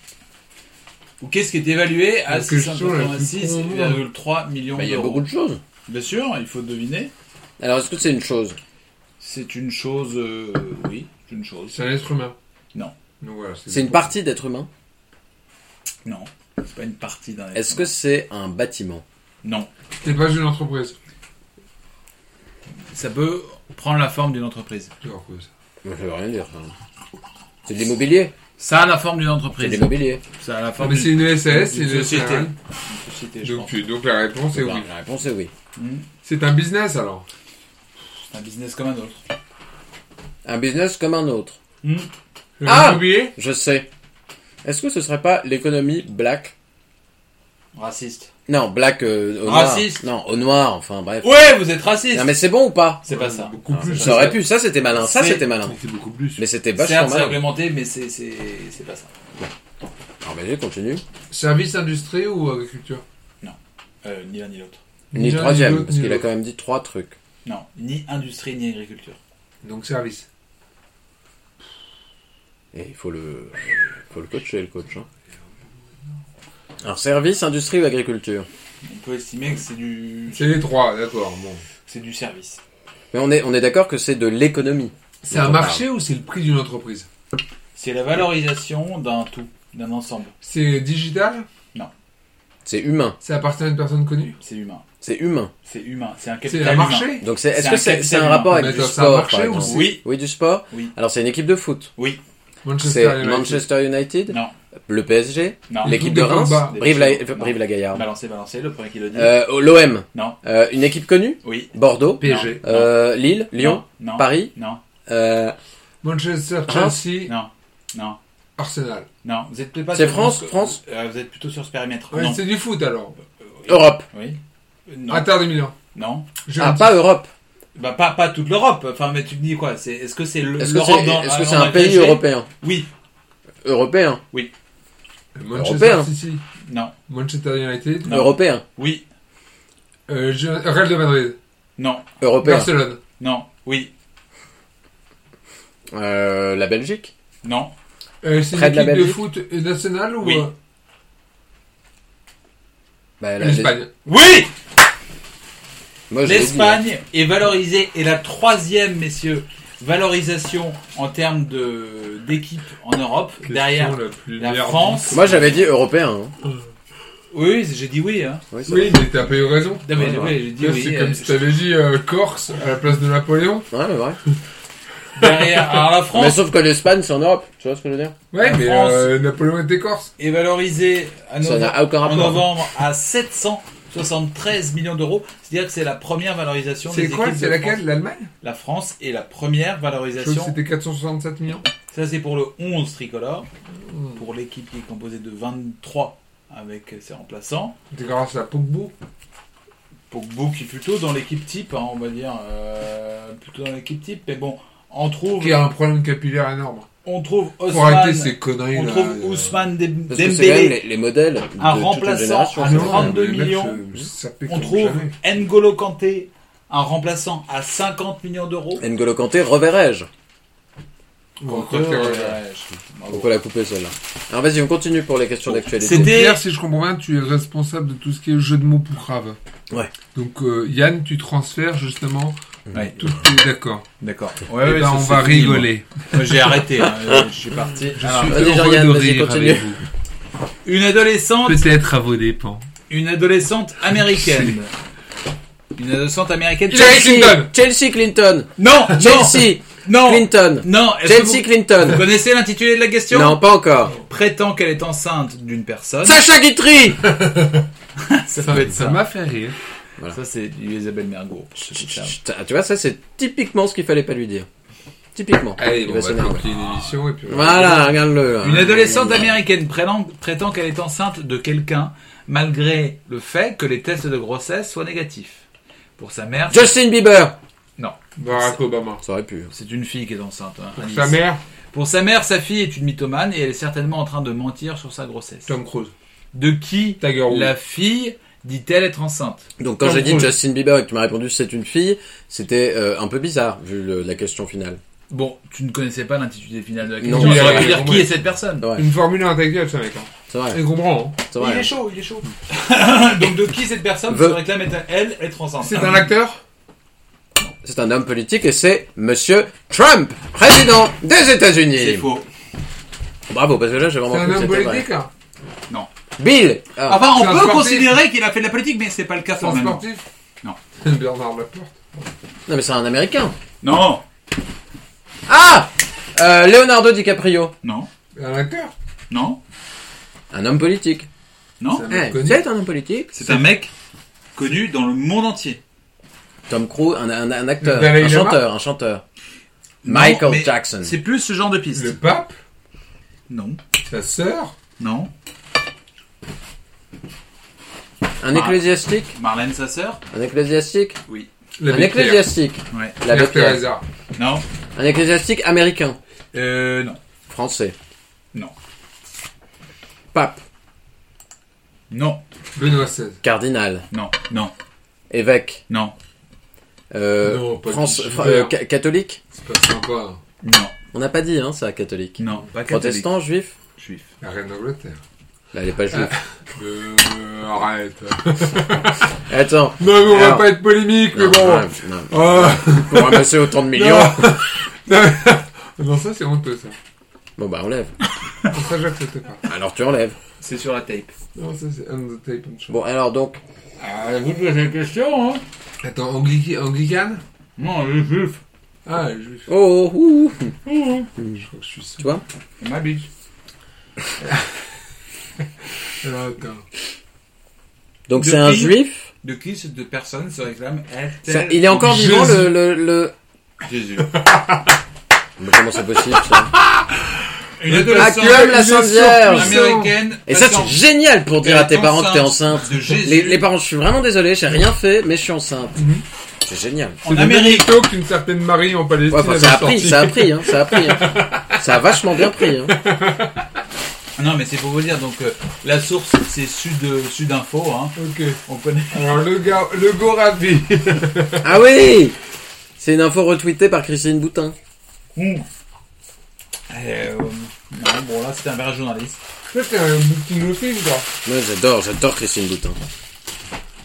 Ou qu'est-ce qui est évalué à
La question la plus
686,3 millions
Bah, il y a
d'euros
beaucoup de choses.
Bien sûr, il faut deviner.
Alors, est-ce que c'est une chose
C'est une chose. euh, oui, c'est une chose.
C'est un être humain.
Non.
Donc, voilà,
C'est une partie d'être humain
Non, c'est pas une partie d'un.
Est-ce que c'est un bâtiment
Non.
C'est pas une entreprise.
ça peut prendre la forme d'une entreprise.
Alors quoi, ça
Ça veut rien dire. ça. C'est de l'immobilier.
Ça a la forme d'une
C'est de
entreprise.
l'immobilier.
Ça a la
Non,
forme
mais c'est
d'une
une SAS, c'est une
société.
SRL.
société, je
Donc,
pense.
tu- donc la réponse est oui.
La réponse est oui.
C'est un business alors
Un business comme un autre.
Un business comme un autre.
J'avais
Ah
oublié
Je sais. Est-ce que ce serait pas l'économie black
Raciste.
Non, black euh, au noir.
Raciste.
Non, au noir, enfin bref.
Ouais, vous êtes raciste.
Non mais c'est bon ou pas
C'est pas ça.
Beaucoup
Non,
plus.
Ça aurait pu, ça c'était malin, ça
C'est-
c'était malin.
C'était beaucoup plus.
Mais c'était
C'est
vachement malin.
implémenté, mais c'est c'est- c'est pas ça.
Alors vas-y, continue.
Service industrie ou agriculture
Euh, ni l'un ni l'autre.
Ni
l'un,
troisième,
l'autre,
parce
ni
qu'il a
l'autre.
quand même dit trois trucs.
Non, ni industrie ni agriculture.
Donc service.
Et il faut le, faut le coacher, le coach. Hein. Alors service, industrie ou agriculture
On peut estimer que c'est du
C'est les trois, d'accord. Bon.
c'est du service.
Mais on est, on est d'accord que c'est de l'économie.
C'est un
on
marché ou c'est le prix d'une entreprise
C'est la valorisation d'un tout, d'un ensemble.
C'est digital
C'est humain,
Ça appartient à une personne connue
C'est humain.
c'est humain.
C'est humain. C'est un
C'est
capital
un
humain.
marché
Donc c'est, est-ce
C'est
que
un
c'est, c'est
capital
un
humain.
rapport avec
Mais
du
attends, c'est un
sport
marché
par
ou
exemple
c'est-
Oui,
Oui, du sport.
Oui.
Alors c'est une équipe de foot.
oui.
Manchester
C'est
United.
Manchester United,
Non,
le PSG,
non.
l'équipe de
Double
Reims,
combat.
Brive-la-
Non.
Brive-la-Gaillarde,
Balancez, balancez, le premier qui le dit.
euh, l'OM,
Non,
euh, une équipe connue,
oui.
Bordeaux,
PSG.
Non.
euh, Lille, Lyon,
Non. non,
Paris,
Non,
euh,
Manchester,
Reims.
Chelsea,
non, non.
Arsenal.
Non, vous êtes peut-être pas
C'est
sur-
France, France
Euh, vous êtes plutôt sur ce périmètre.
Ouais,
non.
c'est Ah, du foot alors.
Europe.
Oui. Euh, Non.
Inter de Milan.
Non.
Ah,
Juventus.
pas Europe.
Bah pas pas toute l'Europe. Enfin, mais tu me dis quoi C'est est-ce que c'est le-
Est-ce que
l'Europe
c'est
dans- euh,
est-ce que
dans
c'est
la
un pays
cachée
européen
Oui.
Européen.
Manchester
Européen.
City.
Non.
Manchester United.
Non.
Européen.
Oui.
Euh, Ju- Real de Madrid.
Non.
Européen.
Barcelone.
Non. Oui.
Euh, la Belgique.
Non.
Euh, c'est une
Près de la
équipe de
Belgique.
foot nationale ou
Oui.
euh,
Bah, la-
l'Espagne
Oui.
Moi, je l'ai dit, hein.
L'Espagne est valorisée et la troisième, messieurs, valorisation en termes de d'équipe en Europe derrière.
Question la, plus
la
merde.
France.
Moi, j'avais dit européen. hein.
Oui, j'ai dit oui. Hein.
Oui, c'est
Oui, mais t'as pas eu raison.
Non, mais
Ouais,
oui,
ouais.
j'ai dit
Là,
oui.
c'est
euh,
comme si t'avais dit euh, Corse à la place de Napoléon.
vrai. Ouais, mais vrai.
derrière. Alors la
Mais
France
sauf que l'Espagne, c'est en Europe. Tu vois ce que je veux dire
Ouais,
La
mais
France.
euh, Napoléon était Corse.
est valorisée à
Ça
novembre-
n'a aucun
en
rapport.
novembre à 773 millions d'euros. C'est-à-dire que c'est la première valorisation
C'est
des
quoi
équipes
C'est
de
laquelle
France.
L'Allemagne
La France est la première
Je crois que
valorisation.
c'était 467 millions.
Ça, c'est pour le 11 tricolore. Pour l'équipe qui est composée de 23 avec ses remplaçants.
C'était grâce à Pogba.
Pogba qui est plutôt dans l'équipe type, hein, on va dire, euh, plutôt dans l'équipe type, mais bon, on trouve,
Qui a un problème capillaire énorme.
on trouve
Pour
Ousmane,
arrêter ces conneries
on
là.
trouve
euh,
Ousmane Dem-
Parce que c'est quand même
Dembélé,
les, les modèles de toute une
remplaçant
génération.
à
non,
c'est
mais
vrai.
32
les mecs,
millions.
euh, ça pique
on
comme
trouve
jamais.
N'Golo Kanté, un remplaçant à 50 millions d'euros.
N'Golo Kanté, reverrai-je
Bon,
Contre-
quoi que,
euh,
euh,
ouais, je- bravo.
On peut la couper celle-là. Alors vas-y, on continue pour les questions
Bon,
d'actualité.
c'était-
Pierre, si je comprends bien, tu es responsable de tout ce qui est jeu de mots pour Rave.
Ouais.
Donc euh, Yann, tu transfères justement
Ouais,
tout ce qui est d'accord.
D'accord.
Eh
Ouais, ouais,
ben,
ça,
on
c'est
va
fini, moi.
rigoler.
Moi, J'ai arrêté, hein, euh, je suis parti. Alors,
Vas-y, Jean-Yann, vas-y, continue.
vous.
une adolescente
Peut-être à vos dépens.
Une adolescente américaine. Une adolescente américaine.
Hillary Clinton.
Chelsea Clinton.
Non, non,
Chelsea
non,
Clinton.
non. est-ce que
Chelsea
vous- Vous
Clinton.
connaissez l'intitulé de la question
Non, pas encore.
Prétend qu'elle est enceinte d'une personne.
Sacha Guitry
Ça,
Ça
peut être ça.
m'a fait rire.
Ça, c'est du Isabelle Mergo.
Chut, chut, chut. Ah, Tu vois, ça c'est typiquement ce qu'il fallait pas lui dire. Typiquement.
Allez,
Il
bon, bah,
va
on va
bah,
s'énerver.
clôturer une émission et puis. on va-
Voilà, regarde-le. là.
Une adolescente américaine prétend, prétend qu'elle est enceinte de quelqu'un malgré le fait que les tests de grossesse soient négatifs. Pour sa mère,
Justin Bieber.
Barack Obama.
Ça aurait pu. hein.
c'est une fille qui est enceinte. hein,
Pour
Alice.
sa mère,
Pour sa mère, sa fille est une mythomane et elle est certainement en train de mentir sur sa grossesse.
Tom Cruise.
De qui
Tiger Woods.
La fille dit-elle être enceinte
Donc quand
Tom
j'ai dit
Cruise.
Justin Bieber et que tu m'as répondu c'est une fille, c'était euh, un peu bizarre vu le- la question finale.
Bon, tu ne connaissais pas l'intitulé final de la
Non,
question. tu
il
aurais
a- il
pu
a
dire qui
compris.
est cette personne.
Ouais.
Une formule intellectuelle, ce mec. hein.
C'est vrai.
Il comprend.
Ah,
hein.
C'est vrai.
chaud, il est chaud. Donc de qui cette personne
The-
se réclame être, elle être enceinte
C'est un acteur
C'est un homme politique et c'est Monsieur Trump, président des
C'est
États-Unis.
faux.
Bravo, parce que là j'ai vraiment
C'est un
cru que
homme
c'était vrai.
politique hein. là
Bill. Ah.
Enfin,
C'est un
on peut
sportif.
considérer qu'il a fait de la politique, mais c'est pas le cas
C'est un
formellement.
sportif
Non.
Bernard Laporte.
Non, mais c'est un américain.
Non,
Ah Euh, Leonardo DiCaprio,
non,
Un acteur
non,
un homme politique.
C'est un
non.
mec
Eh,
connu.
c'est un homme politique.
C'est un mec connu dans le monde entier.
Tom Cruise, un, un- un acteur,
Le Dalai
un
Lama
chanteur, un chanteur.
Non,
Michael
mais
Jackson.
C'est plus ce genre de piste.
Le pape
Non,
Sa sœur
non.
Un
Ah.
ecclésiastique
Marlène, sa sœur
Un ecclésiastique
Oui.
Un
L'abbé Pierre
ecclésiastique
Ouais.
L'abbé
Pierre
Pierre.
Teresa.
Non.
Un ecclésiastique américain.
Euh, non.
Français.
Non.
Pape.
Non.
Benoît XVI.
Cardinal.
Non. Non.
Évêque.
Non.
Euh,
Non, pas
France-
Gilbert.
fra- euh, ca- catholique
C'est pas sympa. hein.
Non.
On n'a pas dit, hein, ça, catholique.
Non. Pas catholique.
Protestant, juif
Juif.
La reine d'Angleterre.
Là, elle est pas juive.
Euh, arrête.
Attends.
Non, mais on va
Alors.
pas être polémique, mais
Non,
bon.
non, non.
Oh.
Pour ramasser autant de millions.
Non, mais- non, ça c'est honteux ça.
Bon, bah, on lève.
Ça j'accepte pas.
Alors, tu enlèves.
C'est sur la tape.
Non, ça c'est un the tape and show.
Bon, alors, donc,
Ah, vous posez la question, hein
Attends, angli- anglicane
Non, le juif.
Ah, juif.
Oh, ouh, ouh.
Je crois que je suis sûr.
tu vois
Ma bitch.
Alors, attends.
Donc
De
c'est un
qui
juif.
De qui ces deux personnes se réclament
Ça- il est encore
Jésus.
vivant le le. le...
Jésus.
Mais comment c'est possible ça
Une
Acclame
adolescente
la Sainte Vierge.
américaine.
Et ça c'est
patiente
génial pour dire
Elle
à tes
est
parents que t'es
enceinte
enceinte.
de Jésus.
Les, les parents, je suis vraiment désolé, j'ai rien fait, mais je suis enceinte. C'est génial.
C'est
En
le
Amérique.
même taux qu'une certaine Marie en Palestine
Ouais, enfin,
avait
ça a pris,
sorti.
ça a pris, hein, ça a pris. hein. Ça a vachement bien pris. Hein.
Non, mais c'est pour vous dire, donc euh, la source c'est Sud, euh, Sud Info, hein.
Ok.
On connaît.
Alors, le, gars, le Gorabi.
Ah oui C'est une info retweetée par Christine Boutin.
Hum. Euh, non, bon là c'était un vrai journaliste.
Ça, c'est un bouquin de film, quoi.
Moi j'adore, j'adore Christine Boutin.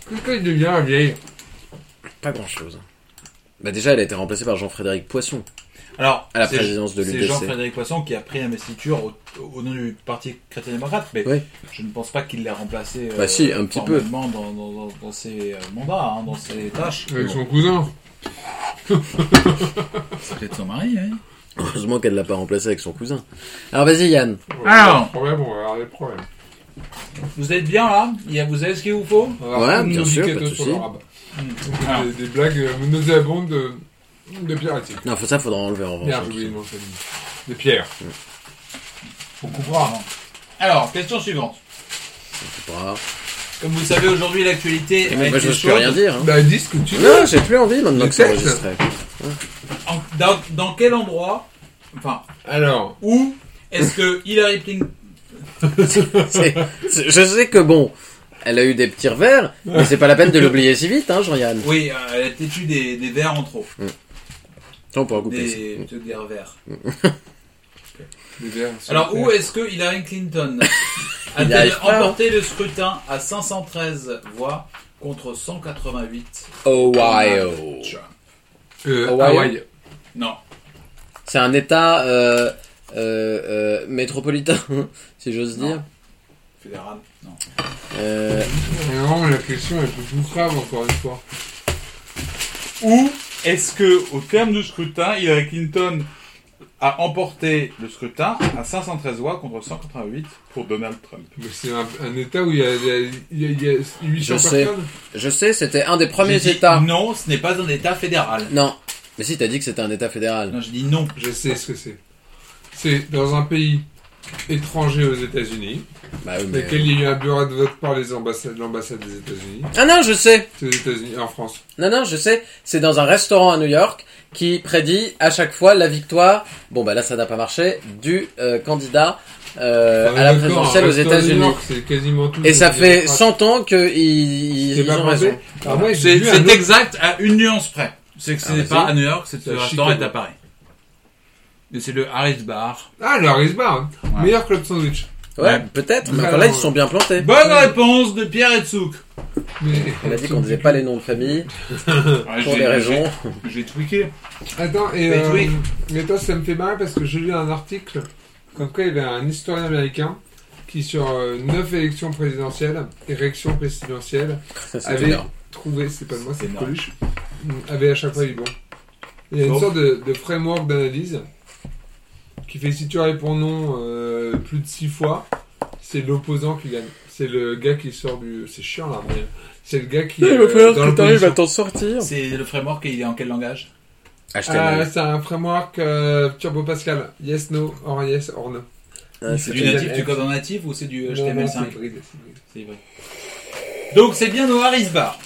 Qu'est-ce qu'il devient, la vieille
Pas grand chose. Bah déjà, elle a été remplacée par Jean-Frédéric Poisson.
Alors,
À la
c'est-
présidence de l'UDC.
C'est Jean-Frédéric Poisson qui a pris l'investiture au, au nom du Parti chrétien-démocrate, mais
Oui.
je ne pense pas qu'il l'ait remplacé euh,
Bah si, un petit peu.
formellement dans, dans, dans, dans ses euh, mandats, hein, dans ses tâches.
Avec son cousin.
C'est Euh, peut-être son mari, hein. oui.
Heureusement qu'elle l'a pas remplacée avec son cousin. Alors vas-y Yann.
Alors.
Le problème, on va avoir des problèmes.
Vous êtes bien là Il y a- Vous savez ce qu'il vous faut
On va
Ouais,
avoir
bien
nos
sûr,
biquettes
pas de
sur
souci.
le rabat. Donc,
Alors.
Des, des blagues euh, nauséabondes de, de piratique.
Non, faut ça faudra enlever en revanche.
Pierre, j'ai oublié le nom de famille. De Pierre.
On comprend avant. Alors, question suivante.
Bravo.
Comme vous le savez, aujourd'hui, l'actualité
Et
a
moi,
été
je ne peux
chaude.
rien dire. hein.
Bah, dis ce que tu veux.
Non, j'ai plus envie maintenant
Le
que c'est
texte.
enregistré.
En- dans, dans quel endroit, enfin,
Alors,
où est-ce que Hillary Clinton...
C'est- c'est- Je sais que bon, elle a eu des petits revers, mais c'est pas la peine de l'oublier si vite, hein, Jean-Yann.
Oui, euh, elle a peut-être eu des, des verres en trop.
On pourra couper ça.
Des, des revers.
les verres sont
Alors, où
verts.
est-ce que Hillary Clinton
Il y
a-t-elle
arrive pas, hein.
emporté le scrutin à 513 voix contre 188
Ohio.
Euh,
Hawaï.
Hawaï.
Non,
C'est un état euh, euh, euh, métropolitain, si j'ose
Non.
dire.
fédéral, non.
Euh,
Mais Non, la question est un peu plus grave, encore une fois.
Où est-ce que, au terme du scrutin, Hillary Clinton a emporté le scrutin à 513 voix contre 188 pour Donald Trump
Mais c'est un, un état où il y a, il y a, il y a, il y a 800
Je sais.
personnes.
je sais, c'était un des premiers
J'ai dit
états.
Non, ce n'est pas un État fédéral.
Non. Mais si, t'as dit que c'était un état fédéral.
Non, je dis non.
Je sais ce que c'est. C'est dans un pays étranger aux États-Unis,
Bah oui,
dans
mais-
lequel il y a eu un bureau de vote par les ambassades, l'ambassade des États-Unis.
Ah non, je sais.
C'est aux États-Unis, en France.
Non, non, je sais, c'est dans un restaurant à New York qui prédit à chaque fois la victoire, bon bah là ça n'a pas marché, du euh, candidat euh,
Enfin,
à la
d'accord,
présidentielle
un
aux
restaurant de New
États-Unis.
York, C'est quasiment tout.
Et ça fait 100 ans qu'ils ils,
C'est
ils
pas
ont
pensé.
raison.
Ah, moi, j'ai
C'est
vu un
c'est
autre- bah
exact à une nuance près. C'est que ce
Ah,
n'est
vas-y.
pas à New York, c'est que ce
C'est à
restaurant est à
Chicago.
Paris. Et c'est le Harris Bar.
Ah, le Harris Bar. hein.
Ouais.
Meilleur club sandwich.
Ouais,
Ouais.
peut-être, mais
Ouais,
enfin là ils
ouais.
se sont bien plantés.
Bonne réponse de Pierre Etzouk.
Mais...
On a dit qu'on disait pas les noms de famille pour les raisons.
J'ai tweaké.
Attends, et,
Mais
euh,
oui.
mais toi, ça me fait marrer parce que j'ai lu un article comme quoi il y avait un historien américain qui, sur 9 élections présidentielles, élections présidentielles,
Ça, c'est
avait
énorme.
trouvé, c'est pas de moi,
C'est
c'est de
énorme. Oh.
Coluche, mm, avait à chaque fois du bon. Il y a une
Bon.
sorte de, de framework d'analyse qui fait si tu réponds non euh, plus de 6 fois, c'est l'opposant qui gagne. C'est le gars qui sort du. C'est chiant là, mais. C'est le gars qui.
Il va
euh, dans
falloir que
l'opposition.
t'arrives à t'en sortir.
C'est le framework et il est en quel langage
Ah,
HTML.
c'est un framework euh, Turbo Pascal. Yes, no, or yes, or no.
C'est
Ah, c'est-
du natif, tu codes en natif ou c'est
Non,
du
non, c'est
HTML5
hybride, c'est hybride.
C'est vrai. Donc c'est bien Noah Risbar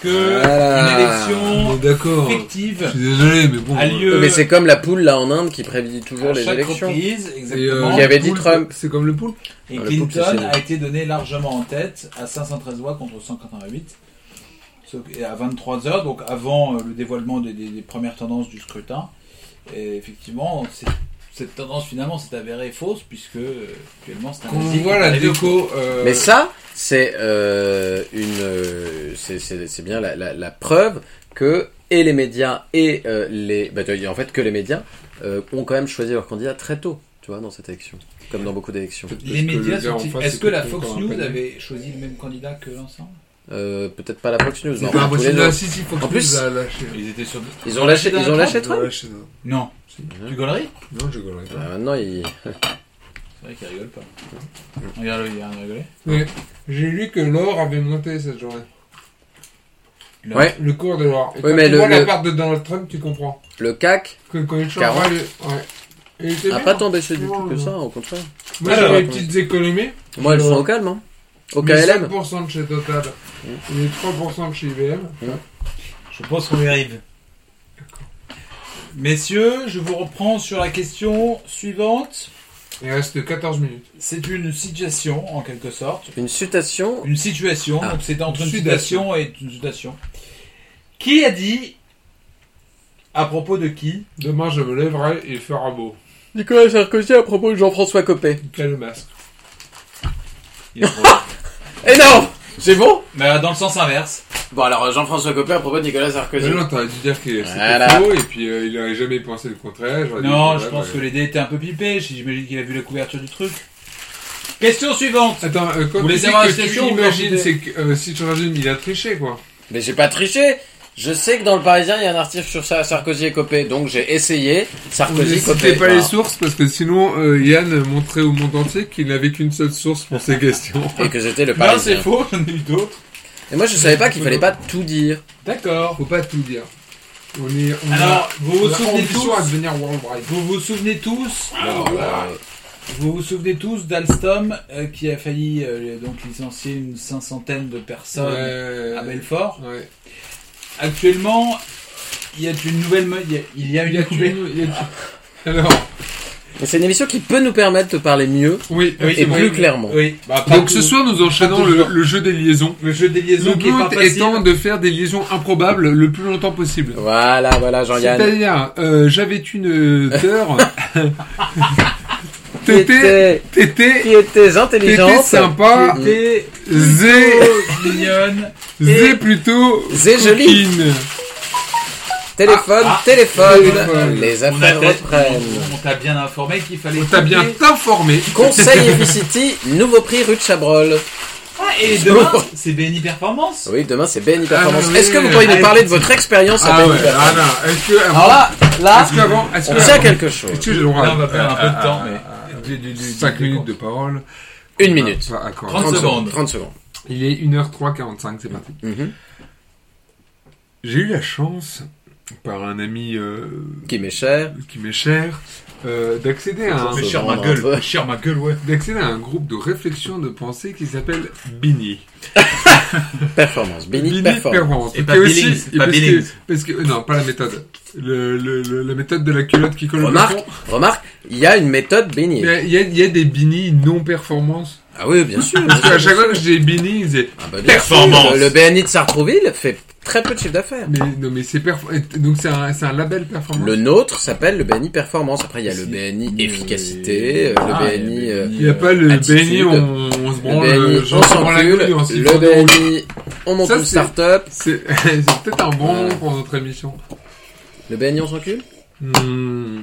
que
Voilà.
On est
une élection
d'accord.
fictive
Je suis désolé, mais bon.
a
euh,
lieu
Mais c'est comme la poule là en Inde qui prédit toujours
à
les
chaque
élections.
reprise,
et, euh,
exactement.
Qui avait dit
poulpe,
Trump.
C'est comme le poulpe.
Et
Le
Clinton
couple, c'est-
a été donné largement en tête à 513 voix contre 188 Ce- et à 23 heures, donc avant euh, le dévoilement des, des- des premières tendances du scrutin. Et effectivement, c'est- cette tendance finalement s'est avérée fausse puisque euh, actuellement c'est un
Quand on
nazi
voit
qui
la
arrive au
déco. euh,
Mais ça, c'est euh, une, euh, c'est- c'est c'est bien la, la, la preuve que et les médias et euh, les, bah, t'as dit, en fait que les médias euh, ont quand même choisi leur candidat très tôt, tu vois, dans cette élection, comme dans beaucoup d'élections.
peut-être
Les
que le
médias
gars en
sont-ils-
face
Est-ce
était
que la
con
Fox
comme un
News
connard.
avait choisi le même candidat que l'ensemble
Euh, Peut-être pas la Fox News, mais
C'est
enfin,
pas
tous les
impossible.
autres.
Ah, si, si, Fox
En plus-
News l'a lâché.
Ils étaient sur.
Ils ont lâché, ils ont lâché
Ils l'ont
Trump.
lâché, non.
Non.
Mhm.
Tu gauleries
Non, je rigolerais pas.
Ah, maintenant, ils...
C'est vrai qu'il rigole pas. Regarde, il a rigolé.
Mais j'ai lu que l'or avait monté cette journée.
Le-
Ouais.
Le cours de l'or. Et
Oui,
quand
mais
tu
le-
vois la
le-
part de Donald Trump, tu comprends.
le CAC
Que quand il
Quarante.
changera, il- ouais. Et il était
a
bien.
pas Ah, tant baissé du tout
Non,
que
non.
ça, au contraire.
Moi, j'ai
Alors,
des
attends.
petites économies.
Moi, elles
Ouais.
sont au calme, hein. Au
mais
KLM.
5% de chez Total. Et 3% de chez IBM.
Je pense qu'on y arrive. Messieurs, je vous reprends sur la question suivante.
Il reste 14 minutes.
C'est une situation, en quelque sorte.
Une citation.
Une situation,
Ah.
donc c'est entre une
Sudation.
citation et une citation. Qui a dit, à propos de qui,
Demain, je me lèverai et il fera beau.
Nicolas Sarkozy à propos de Jean-François Copé.
Quel masque.
Énorme C'est bon
Bah, dans le sens inverse.
Bon, alors Jean-François Copé à propos de Nicolas Sarkozy.
Mais non, t'aurais dû dire que c'était
Voilà.
faux et puis euh, il aurait jamais pensé le contraire. J'aurais dit,
Non,
voilà,
je pense
bah,
que les dés étaient un peu pipés. J'imagine qu'il a vu la couverture du truc. Question suivante.
Attends, euh, quand
Vous
tu
voulez
dis
savoir la
que tu
citation ou
imagines,
vous
c'est que euh, si tu imagines, il a triché, quoi.
Mais j'ai pas triché Je sais que dans le Parisien, il y a un article sur ça, Sarkozy et Copé, donc j'ai essayé Sarkozy, Copé.
N'hésitez pas
voilà.
les sources, parce que sinon, euh, Yann montrait au monde entier qu'il n'avait qu'une seule source pour ses questions.
Et que c'était le
Non, c'est
Parisien.
faux. J'en ai eu d'autres.
Et moi, je savais pas qu'il fallait pas tout dire.
D'accord.
Faut pas tout dire. On est, on
Alors,
a- on
vous vous
a
souvenez
ambition
tous
à devenir worldwide.
Vous vous souvenez tous
Ah,
Alors, euh,
Vous vous souvenez tous d'Alstom euh, qui a failli euh, donc licencier une cinquantaine de personnes
Ouais.
à Belfort.
Euh, Ouais.
Actuellement, il y a une nouvelle me- il y a, il y a
Il y a
une
tué,
nouvelle-
il y a tué. Alors,
c'est une émission qui peut nous permettre de parler mieux
oui,
Oui,
et
c'est
oui.
plus
vrai.
clairement.
Oui, bah, pas
Donc ce
tout-
soir, nous enchaînons le, le jeu des liaisons.
le jeu des liaisons
Le
qui est pas
but
facile.
étant de faire des liaisons improbables le plus longtemps possible.
Voilà, voilà, Jean-Yann.
C'est-à-dire, euh, j'avais une euh, peur.
Qui
Tété,
était,
tété,
qui Mmh. était
tété
intelligente.
sympa,
T'es
zé,
trop mignonne.
zé plutôt,
Zé jolie.
coquine.
Téléphone,
Ah, ah,
téléphone.
téléphone.
Les
On a
affaires
t'a-
reprennent.
on t'a bien informé qu'il fallait
On t'a bien
couper.
informé.
Conseil Efficity, nouveau prix rue de Chabrol.
Ah, et demain, c'est BNI Performance.
Oui, demain c'est BNI Performance.
Ah, oui.
Est-ce que vous pourriez nous parler de votre expérience à
Ah
BNI
ouais, ah
Performance
non, est-ce que
Alors
avant,
là, là,
est-ce que avant, est-ce
on
que
tient
avant-
quelque chose.
est-ce que j'ai le droit Ah,
Là, on va perdre un peu de temps, mais-
5 minutes de parole.
Une minute.
Ah, d'accord.
30 secondes.
30 secondes.
Il est 1h3.45, c'est parti.
Mhm.
J'ai eu la chance, par un ami euh,
Qui m'est cher.
qui m'est cher, euh, d'accéder à, un-
Mais cher ma
Seconde, un peu.
gueule, cher ma gueule, ouais.
d'accéder à un groupe de réflexion de pensée qui s'appelle Bini.
Performance. BNI Performance.
Performance.
Et
Parce
pas
que aussi-
Billings,
et
pas
parce que-
Billings.
parce que- non, pas la méthode. Le- le- le- la méthode de la culotte qui colle au
Remarque,
plafond.
remarque, il y a une méthode BNI.
Mais Il y a, il y a des Bini non-performance.
Ah oui, bien sûr.
Parce qu'à chaque fois que j'ai Bini, ils disaient
Ah bah, bien sûr,
Performance.
Le, le BNI de Sartrouville fait très peu de chiffre d'affaires.
Mais non, mais c'est perfor- donc c'est un, c'est un label performance.
Le nôtre s'appelle le BNI Performance. Après, il y a le
Si.
BNI Efficacité, euh,
Ah,
le BNI...
il y a
euh,
Il n'y a pas le
Attitude.
BNI, on, on se branle,
le BNI,
genre,
on
on branle la
s'encule,
couille, on s'y
le
prend dans le-
BNI, on monte
Ça,
une
c'est-
start-up,
C'est c'est peut-être un bon moment pour notre émission.
le BNI, on s'encule
Hmm,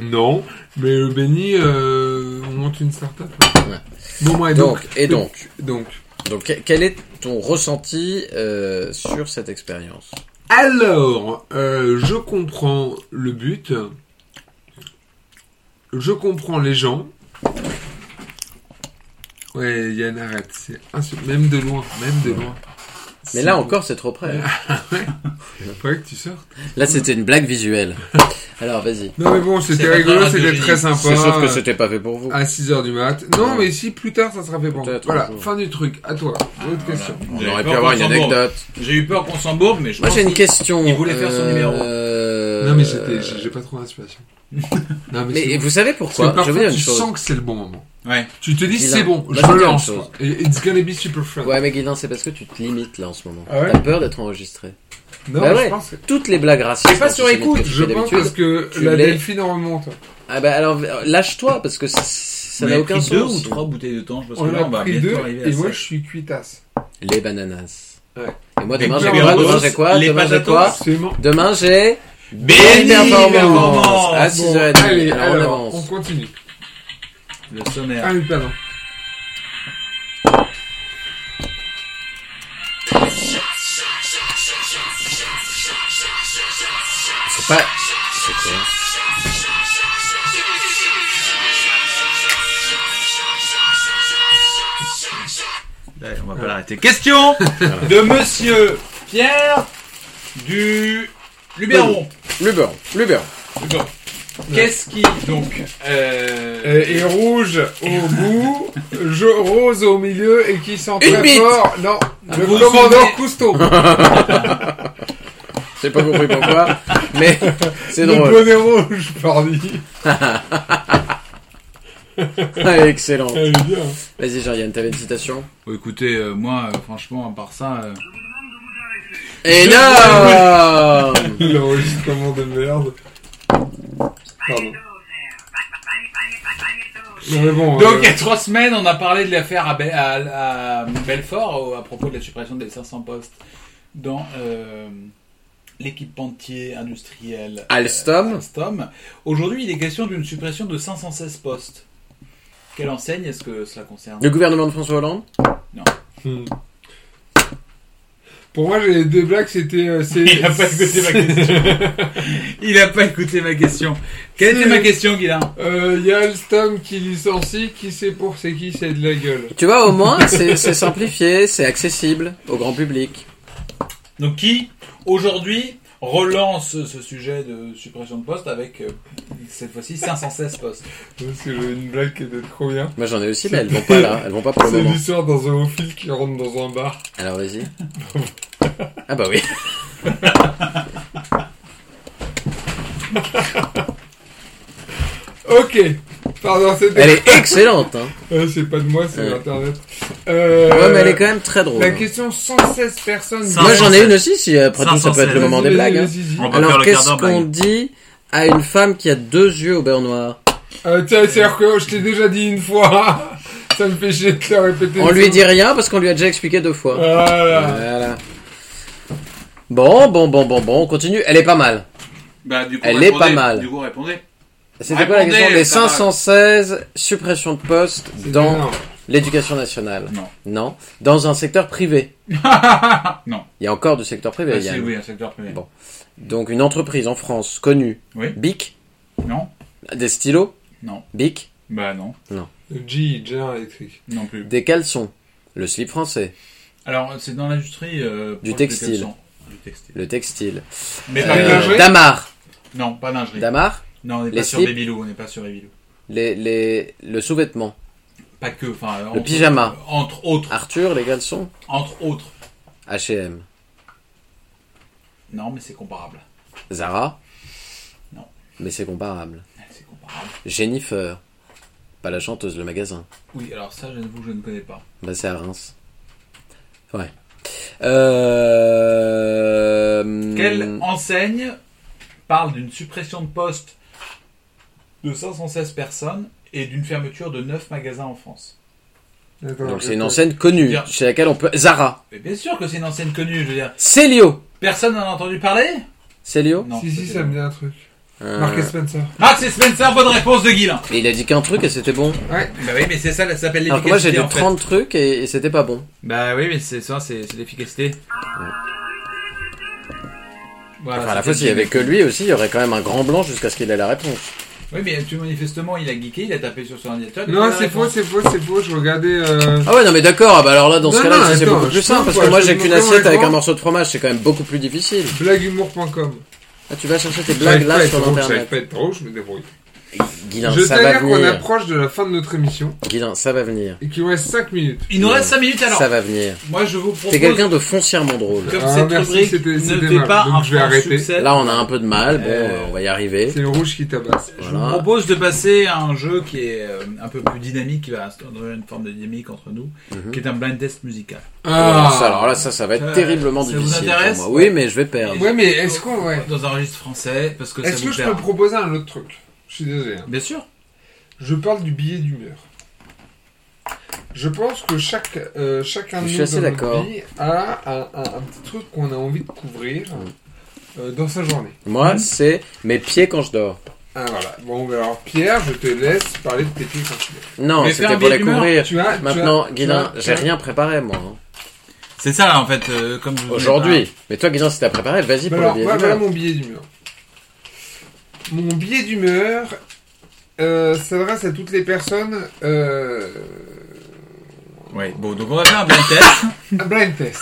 non, mais le BNI, euh, on monte une start-up.
Ouais.
Bon, moi, et donc,
Donc, et donc,
donc,
donc, quel est ton ressenti euh, sur cette expérience
Alors, euh, je comprends le but. Je comprends les gens. Ouais, Yann, arrête. C'est insu- Même de loin, même de loin.
Mais là encore, c'est trop près. hein.
Il faudrait que tu sortes.
Là, c'était une blague visuelle. Alors, vas-y.
Non, mais bon, c'était
C'est pas
rigolo,
grave,
c'était
Denis.
très sympa.
C'est sauf que c'était pas fait pour vous.
À 6h du mat. Non, mais si, plus tard, ça sera fait bon.
Peut-être,
Voilà,
un jour.
fin du truc. À toi. Autre question.
On
J'avais
aurait
peur
pu avoir
qu'on
une
s'embourbe.
anecdote.
J'ai eu peur qu'on s'embourbe, mais je
Moi,
pense
j'ai une
qu'il-
question.
il voulait faire son numéro.
Euh,
Non, mais j'étais- j'ai j'ai pas trop d'inspiration. Non,
Mais
c'est bon.
vous savez
Parce que
pourquoi Je veux
parfois,
dire une
tu
chose.
sens que c'est le bon moment.
Ouais.
Tu te dis,
Dis-la.
c'est bon,
Bah,
je
c'est
me
bien
lance.
une
quoi. Et It's gonna be super fun.
Ouais, mais Guilain, c'est parce que tu te limites là en ce moment.
Ah ouais
T'as peur d'être enregistré.
Non, je
Bah ouais.
pense que...
Toutes les blagues racistes.
C'est pas sur
antisémites
écoute,
que tu
je
fais
pense
d'habitude.
parce que
tu
la
l'es.
Delphine en remonte.
Ah bah alors, lâche-toi parce que ça- ça
On
n'a
avait
aucun
pris
sens.
deux ou trois bouteilles de temps, parce
On
que là,
l'a
on
bah,
va
pris
bientôt
deux,
arriver à
et moi
ça.
je suis cuitasse.
Les bananas.
Ouais.
Et moi,
Les
demain, j'ai quoi
burritos,
Demain, j'ai quoi
les
Demain, j'ai
patatos.
quoi
Absolument.
Demain, j'ai.
Béni
Performance À
Performance.
Bon,
6h30.
allez,
alors,
alors,
on
on,
avance.
continue.
Le sommaire.
Ah oui, pardon.
C'est pas. C'est quoi
Ouais, on va pas l'arrêter. Question de monsieur Pierre du Luberon.
Luber. Luber.
Luberon. Qu'est-ce qui, donc, euh,
Euh, et rouge au bout, je rose au milieu et qui sent
Une
très
bite.
fort. Non, le
Ah, vous
commandant
souvenez-
Cousteau.
J'ai pas compris pourquoi, mais c'est
le
drôle.
bonnet rouge, pardi.
Ah, Excellent.
Elle Ah, est bien. hein.
Vas-y, Jean-Yann, t'avais une citation
Bon, écoutez, euh, moi, euh, franchement, à part ça, euh,
Énorme
L'enregistrement de merde. Pardon. Non, mais bon.
Donc,
euh,
il y a trois semaines, on a parlé de l'affaire à, Be- à- à Belfort au- à propos de la suppression des 500 postes dans euh, l'équipementier industriel euh,
Alstom.
Alstom. Aujourd'hui, il est question d'une suppression de 516 postes. Quelle enseigne est-ce que cela concerne
Le gouvernement de François Hollande
Hmm. Pour moi, j'ai deux blagues, c'était. euh, c'est-
Il n'a pas écouté ma question. Il n'a pas écouté ma question. Quelle était ma question, Guilain
Euh, Il y a Alstom qui licencie, qui sait pour c'est qui, c'est de la gueule.
Tu vois, au moins, c'est c'est simplifié, c'est accessible au grand public.
Donc, qui, aujourd'hui, relance ce sujet de suppression de postes avec, euh, cette fois-ci, 516 postes
Parce que j'ai une blague qui était trop bien.
Moi, j'en ai aussi, mais elles vont pas là, elles vont pas pour le
C'est
moment.
l'histoire d'un zoophile qui rentre dans un bar.
Alors, vas-y. Ah bah oui.
Ok Pardon, c'était.
Elle est excellente, hein.
Euh, c'est pas de moi, c'est
Ouais.
d'internet. Euh,
Ouais, mais elle est quand même très drôle. hein.
La question 116 personnes.
Moi,
Moi, j'en ai une aussi, si après tout, ça peut
516.
être le moment des
Vas-y,
blagues. hein.
vas-y, vas-y.
On va faire
Alors,
le quart
qu'est-ce
d'heure
qu'on
blague.
dit à une femme qui a deux yeux au beurre noir
Euh, tiens, c'est que je t'ai déjà dit une fois. Ça me fait chier de le répéter.
On lui Euh, dit rien parce qu'on lui a déjà expliqué deux fois.
Euh.
Voilà.
Voilà. Bon, bon, bon, bon, bon, on continue. Elle est pas mal.
Bah, du coup,
Elle est
répondez.
pas mal.
Du coup, répondez.
C'était quoi la
Répondez,
question Les
ça va.
516 suppressions de postes dans l'éducation nationale.
Non.
Non. Dans un secteur privé.
Non.
Il y a encore du secteur privé.
Ah,
il y a-
si, oui, un secteur privé.
Bon. Donc une entreprise en France connue.
Oui.
Bic.
Non
Des stylos.
Non.
Bic.
Bah, non.
G, G1 électrique.
Non plus.
Des caleçons. Le slip français.
Alors, c'est dans l'industrie. euh,
Du
proche
textile.
des 400. Du textile.
Le textile.
Mais
Euh,
pas lingerie
Damar.
Non, pas lingerie.
Damar.
Non, on n'est
Les
pas sur
slips.
Babylou, on n'est pas sur Babylou.
Les, les, le sous-vêtement.
Pas que, enfin.
Le
entre-
pyjama.
Entre autres.
Arthur, les caleçons.
Entre autres.
H&M.
Non, mais c'est comparable.
Zara
Non.
Mais c'est comparable.
C'est comparable.
Jennifer. Pas la chanteuse, le magasin.
Oui, alors ça, j'avoue, que je ne connais pas.
Bah, c'est à Reims. Ouais. Euh...
Quelle enseigne parle d'une suppression de poste de 516 personnes et d'une fermeture de 9 magasins en France
Attends,
Donc, c'est
attends.
une enseigne connue,
Bien.
chez laquelle on peut... Zara.
Mais bien sûr que c'est une enseigne connue, je veux dire.
Célio.
Personne n'en a entendu parler
Célio
Non.
Si, si, ça me dit un truc.
Euh,
Marcus Spencer.
Marx et Spencer, bonne réponse de Guilin.
et Il a dit qu'un truc et c'était bon.
Bah oui, mais c'est ça, ça s'appelle
Alors que moi,
l'efficacité.
j'ai dit
en fait.
30 trucs et, et c'était pas bon.
Bah oui, mais c'est ça, c'est c'est l'efficacité. Voilà,
Enfin, à
c'était
la fois, s'il y
le
avait que lui aussi, il y aurait quand même un grand blanc jusqu'à ce qu'il ait la réponse.
Oui, mais tu, manifestement, il a geeké, il a tapé sur son ordinateur. il a
Non,
la
c'est
réponse.
faux, c'est faux, c'est faux. Je regardais. euh,
Ah ouais, non, mais d'accord. Ah bah alors là, dans
Non,
ce cas-là,
non,
ça, c'est
attends,
beaucoup plus
je
simple
peux
parce
pas,
que moi,
je
j'ai
peux
qu'une
pas
assiette avec
répondre.
un morceau de fromage. C'est quand même beaucoup plus difficile.
Blaguehumour.com.
Ah, tu vas chercher tes
J'arrive
blagues
pas à
là
être
sur
drôle, j'arrive
internet.
pas à être drôle, je me débrouille.
Guilin,
je
ça va
t'assure qu'on
venir.
approche de la fin de notre émission
Guilin, ça va venir.
et qu'il nous reste 5 minutes.
Il nous reste 5 minutes alors.
Ça va venir.
Moi, je vous propose.
T'es quelqu'un de foncièrement drôle.
Comme
Ah,
cette
merci,
rubrique
c'était-
ne
c'était
fait
mal.
pas
Donc,
un
je vais
franc
arrêter.
succès,
Là, on a un peu de mal. Bon,
Euh,
euh, on va y arriver.
Eh. C'est le rouge qui tabasse.
je vous
Voilà.
propose de passer à un jeu qui est euh, un peu plus dynamique, qui va introduire une forme de dynamique entre nous,
Mhm.
qui est un blind test musical.
Ah.
Alors ça, alors là, ça, ça va être
Ça-
terriblement
ça vous
difficile
intéresse
pour moi. Oui, mais je vais perdre.
Ouais, mais est-ce qu'on. Ouais.
Dans un registre français, parce que ça
Est-ce
vous
que je
perd.
peux proposer un autre truc Je suis désolé. hein.
Bien sûr.
Je parle du billet d'humeur. Je pense que chaque, euh, chacun de
Je suis
nous
assez
dans notre
d'accord.
vie a un, un- un petit truc qu'on a envie de couvrir euh, dans sa journée.
Moi, c'est mes pieds quand je dors.
Ah voilà. Bon, alors Pierre, je te laisse parler de tes pieds quand tu veux.
Non,
Mais faire
c'était
un
pour
billet
les
d'humeur.
couvrir.
Tu as- tu as-
Maintenant,
tu
Guilin,
as-
j'ai
tu as-
rien préparé, moi. hein.
C'est ça, en fait, euh, comme je vous
Aujourd'hui. Mais toi, Guilin, si t'as préparé, vas-y
Bah
pour
Ah.
le
alors,
billet
voilà,
d'humeur.
voilà mon billet d'humeur. Mon billet d'humeur euh, s'adresse à toutes les personnes. Euh,
Oui, bon, donc on va faire un blind test.
un blind test.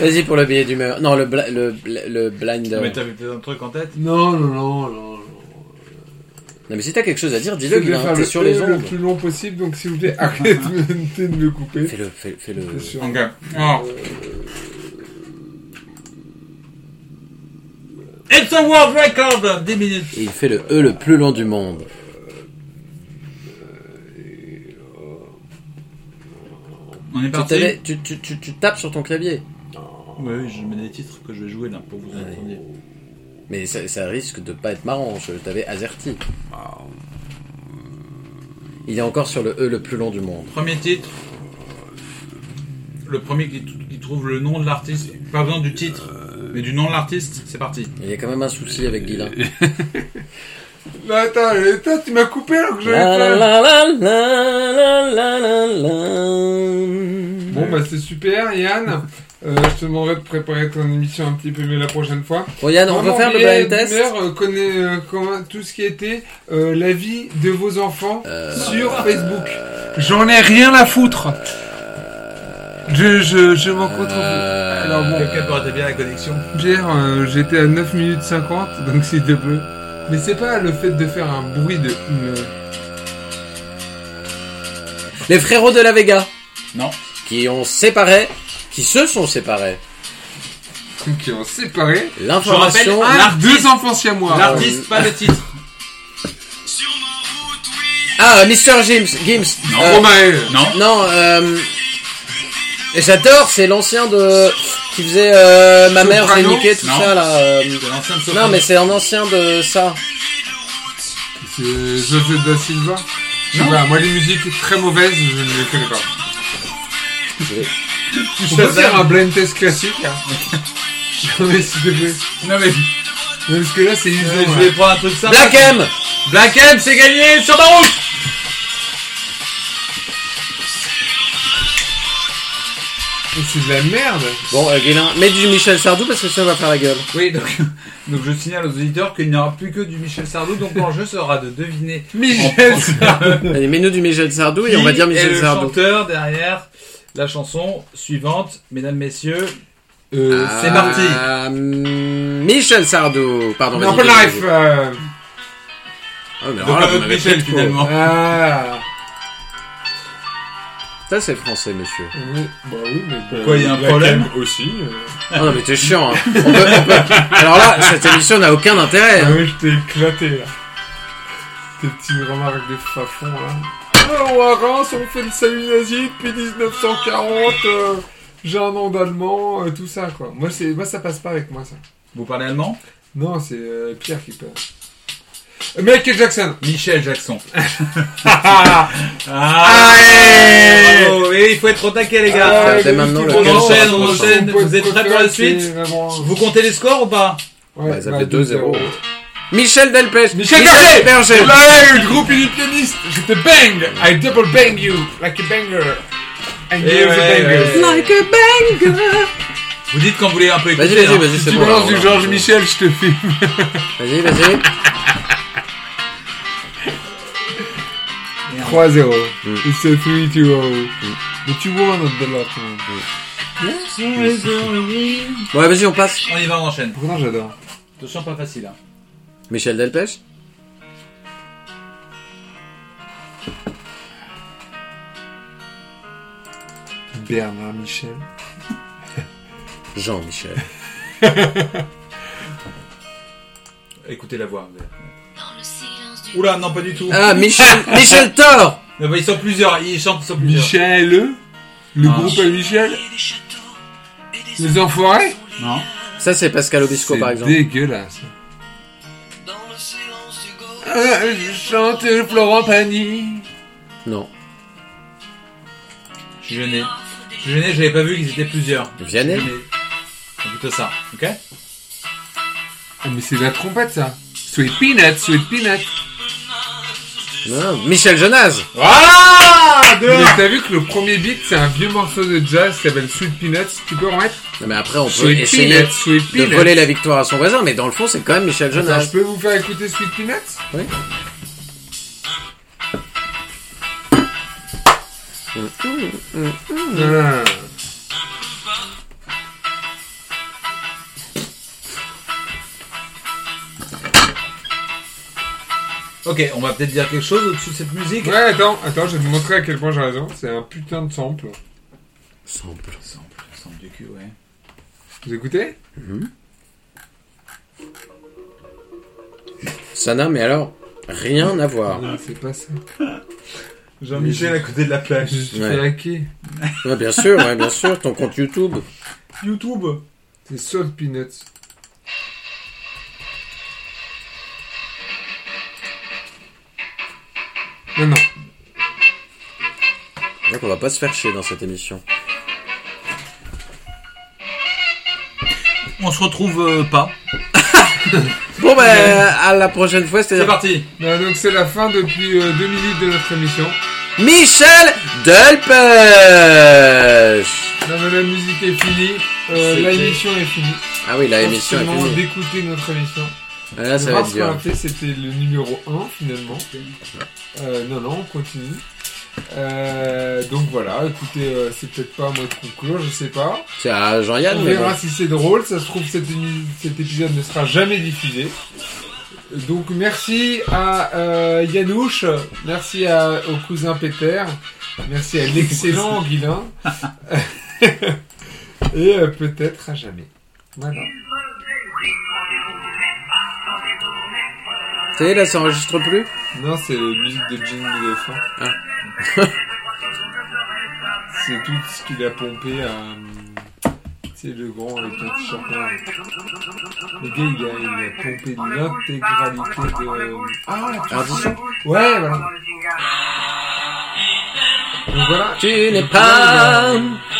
Vas-y pour le billet d'humeur. Non, le, bla- le, bla- le blind. euh,
mais t'avais peut-être un truc en tête.
Non, non, non, non. non.
Non, mais si t'as quelque chose à dire,
Je
dis-le,
vais
Guilin.
faire
T'es
le
sur les
E le
ondes.
plus long possible, donc s'il vous plaît, arrêtez de- de me couper.
Fais-le, fais- fais-le.
Bien sûr.
Ok. Alors. It's a world record 10 minutes.
Et il fait le E le plus long du monde.
On est
Tu,
parti.
t'avais- tu, tu, tu, tu tapes sur ton clavier.
Oui, oui, je mets des titres que je vais jouer là pour que vous entendiez.
Mais ça, ça risque de pas être marrant, je t'avais azerti. Il est encore sur le E le plus long du monde.
Premier titre. Le premier qui, qui trouve le nom de l'artiste. Pas besoin du titre, mais du nom de l'artiste. C'est parti.
Il y a quand même un souci avec Guilin.
Non, attends, mais attends, tu m'as coupé alors que j'avais
La la
pas.
la la la la la la.
Bon, bah c'est super, Yann. Euh, je te demanderai de préparer ton émission un petit peu mieux la prochaine fois.
Bon Yann, on
Vraiment,
peut faire le
Billet
blind test
d'humeur, euh, connaît euh, comment- tout ce qui était euh, la vie de vos enfants
Euh,
sur Facebook. J'en ai rien à foutre.
euh,
Je, je, je m'en contrefous. Alors bon,
Quelqu'un peut rater bien la connexion.
Pierre, euh, j'étais à 9 minutes 50, donc s'il te plaît. Mais c'est pas le fait de faire un bruit de...
Les frérots de la Vega
Non.
qui ont séparé, qui se sont séparés.
qui ont séparé.
L'information.
Je rappelle,
Ah,
L'artiste.
deux enfants siamois.
L'artiste, pas le titre.
Ah, euh, Mr. Gims, Gims.
Euh,
euh,
Romain.
Non.
non, euh, et j'adore, c'est l'ancien de qui faisait euh, ma mère j'ai
Soprano
niqué tout
Non.
ça là. euh,
C'est l'ancien de
non
Soprano.
mais c'est un ancien de ça.
C'est Joseph da Silva. Je sais pas, moi les musiques très mauvaises, je ne les connais pas. On peut faire un blind test classique. hein. non mais s'il te plaît.
Non, mais-
Non, Parce que là c'est usant.
Je
là.
vais prendre un truc simple.
Black M.
Black M, c'est gagné sur ma route
Mais C'est de la merde.
Bon, euh, Guélin, mets du Michel Sardou parce que sinon on va faire la gueule.
Oui, donc, donc je signale aux auditeurs qu'il n'y aura plus que du Michel Sardou, donc l'enjeu sera de deviner
Michel
Sardou
Allez, mets-nous du Michel Sardou et on va dire Michel
le
Sardou.
chanteur derrière la chanson suivante, mesdames, messieurs.
Euh,
c'est parti.
Ah, mm, Michel Sardou, pardon. vas-y,
Normal
vas-y,
Life.
vas-y.
euh,
Ah, mais alors
Donc
là,
un
vous
autre
m'avez
Michel
pris de court.
finalement.
Ah.
Ça c'est français, monsieur.
Oui, Bah oui, mais
Quoi, il y a un
Black
problème
M aussi. euh.
Ah non mais t'es chiant. Hein. On peut- on peut- Alors là, cette émission n'a aucun intérêt. hein.
Ah oui, je t'ai éclaté là. Tes petites remarques de fafon là. Oh, à Reims, on fait le salut nazi depuis 1940. euh, J'ai un nom d'allemand, euh, tout ça quoi. Moi, c'est, moi, ça passe pas avec moi ça.
Vous parlez allemand
Non, c'est euh, Pierre qui peut. Euh, Michael Jackson.
Michel Jackson.
Ah,
Ah, bravo. Et il faut être au taquet, les gars.
dès maintenant, Ah, le
on enchaîne, on enchaîne. Vous êtes prêts pour la suite Vous comptez les scores ou pas
Bah, ça fait 2-0. Michel Delpech.
Michel Delpech.
Berger.
Live, groupe unitionniste, je te bang, I double bang you, like a banger. And
Eh
you're
ouais,
the banger.
ouais.
Like a banger.
Vous dites quand vous voulez un peu écouter.
Vas-y, vas-y,
hein.
vas-y, c'est
Tu
bon.
me lances
alors,
du
voilà.
Georges Michel, je te filme.
Vas-y, vas-y.
3-0.
Mm.
It's a 3-2-0. But you won at the last one.
Ouais, vas-y, on passe.
On y va, on enchaîne.
Pourtant, j'adore.
Attention, pas facile. Hein.
Michel Delpech
Bernard Michel.
Jean-Michel.
Écoutez la voix. vous allez.
Oula, non, pas du tout.
Ah, Michel, Michel Thor
Non, bah, ils sont plusieurs, ils chantent, ils sont plusieurs.
Michel, le Le
Ah.
groupe à Michel Les Enfoirés
Non.
Ça, c'est Pascal Obispo, par exemple.
dégueulasse. Ah, je chante Florent Pagny.
Non.
Je suis gêné. Je suis gêné, j'avais pas vu qu'ils étaient plusieurs.
Vianney
Gêné. C'est plutôt ça, ok
Ah, mais c'est de la trompette, ça. Sweet Peanut, Sweet Peanut.
Non, Michel Jonas
Voilà
Mais
Deux
t'as vu que le premier beat, c'est un vieux morceau de jazz qui s'appelle Sweet Peanuts. Tu peux remettre
Non, mais après, on peut
Sweet
essayer
Peanuts, Sweet
de
Peanuts.
voler la victoire à son voisin, mais dans le fond, c'est quand même Michel
Attends, je
Jonas.
peux vous faire écouter Sweet Peanuts Ah.
Ok, on va peut-être dire quelque chose au-dessus de cette musique.
Ouais, attends, attends, je vais te montrer à quel point j'ai raison. C'est un putain de sample.
Sample.
Sample, sample du cul, ouais.
Vous écoutez
Ça n'a, mais alors, rien à voir.
Non, c'est pas ça.
Jean-Michel à côté de la plage.
Je suis
Ah, Ouais.
fait hacker.
Ouais, bien sûr, ouais, bien sûr, ton compte YouTube.
YouTube
C'est Salt Peanuts. Non, non.
Donc, on va pas se faire chier dans cette émission.
On se retrouve euh, pas.
Bon, ben, à la prochaine fois,
C'est
c'est-à-dire
parti
Bah, donc c'est la fin depuis euh, deux minutes de notre émission.
Michel Delpech
Non, mais la musique est finie. Euh,
C'était-
la émission est finie.
Ah oui, la émission est
Oh, C'est le moment
finie.
d'écouter notre émission.
Ah, Là, ça
Le
va
rap
être dur.
qu'on a fait, c'était le numéro 1 finalement. Euh, non, non, on continue. Euh, donc voilà, écoutez, euh, c'est peut-être pas à moi de conclure, je sais pas.
C'est à Jean-Yann,
On
mais
verra
bon.
si c'est drôle, ça se trouve cet, émi- cet épisode ne sera jamais diffusé. Donc merci à euh, Yanouche, merci à, au cousin Peter, merci à l'excellent Anguilin, et euh, peut-être à jamais. Voilà.
Ça y est, là, ça enregistre plus
Non, c'est la musique de Jimmy de fin.
Ah.
c'est tout ce qu'il a pompé à. C'est le grand avec un t-shirt noir. Le gars, il a, il a pompé l'intégralité de. Ah, ouais, tu-
Ardisson
ouais, Ah. voilà. Donc voilà.
Tu n'es pas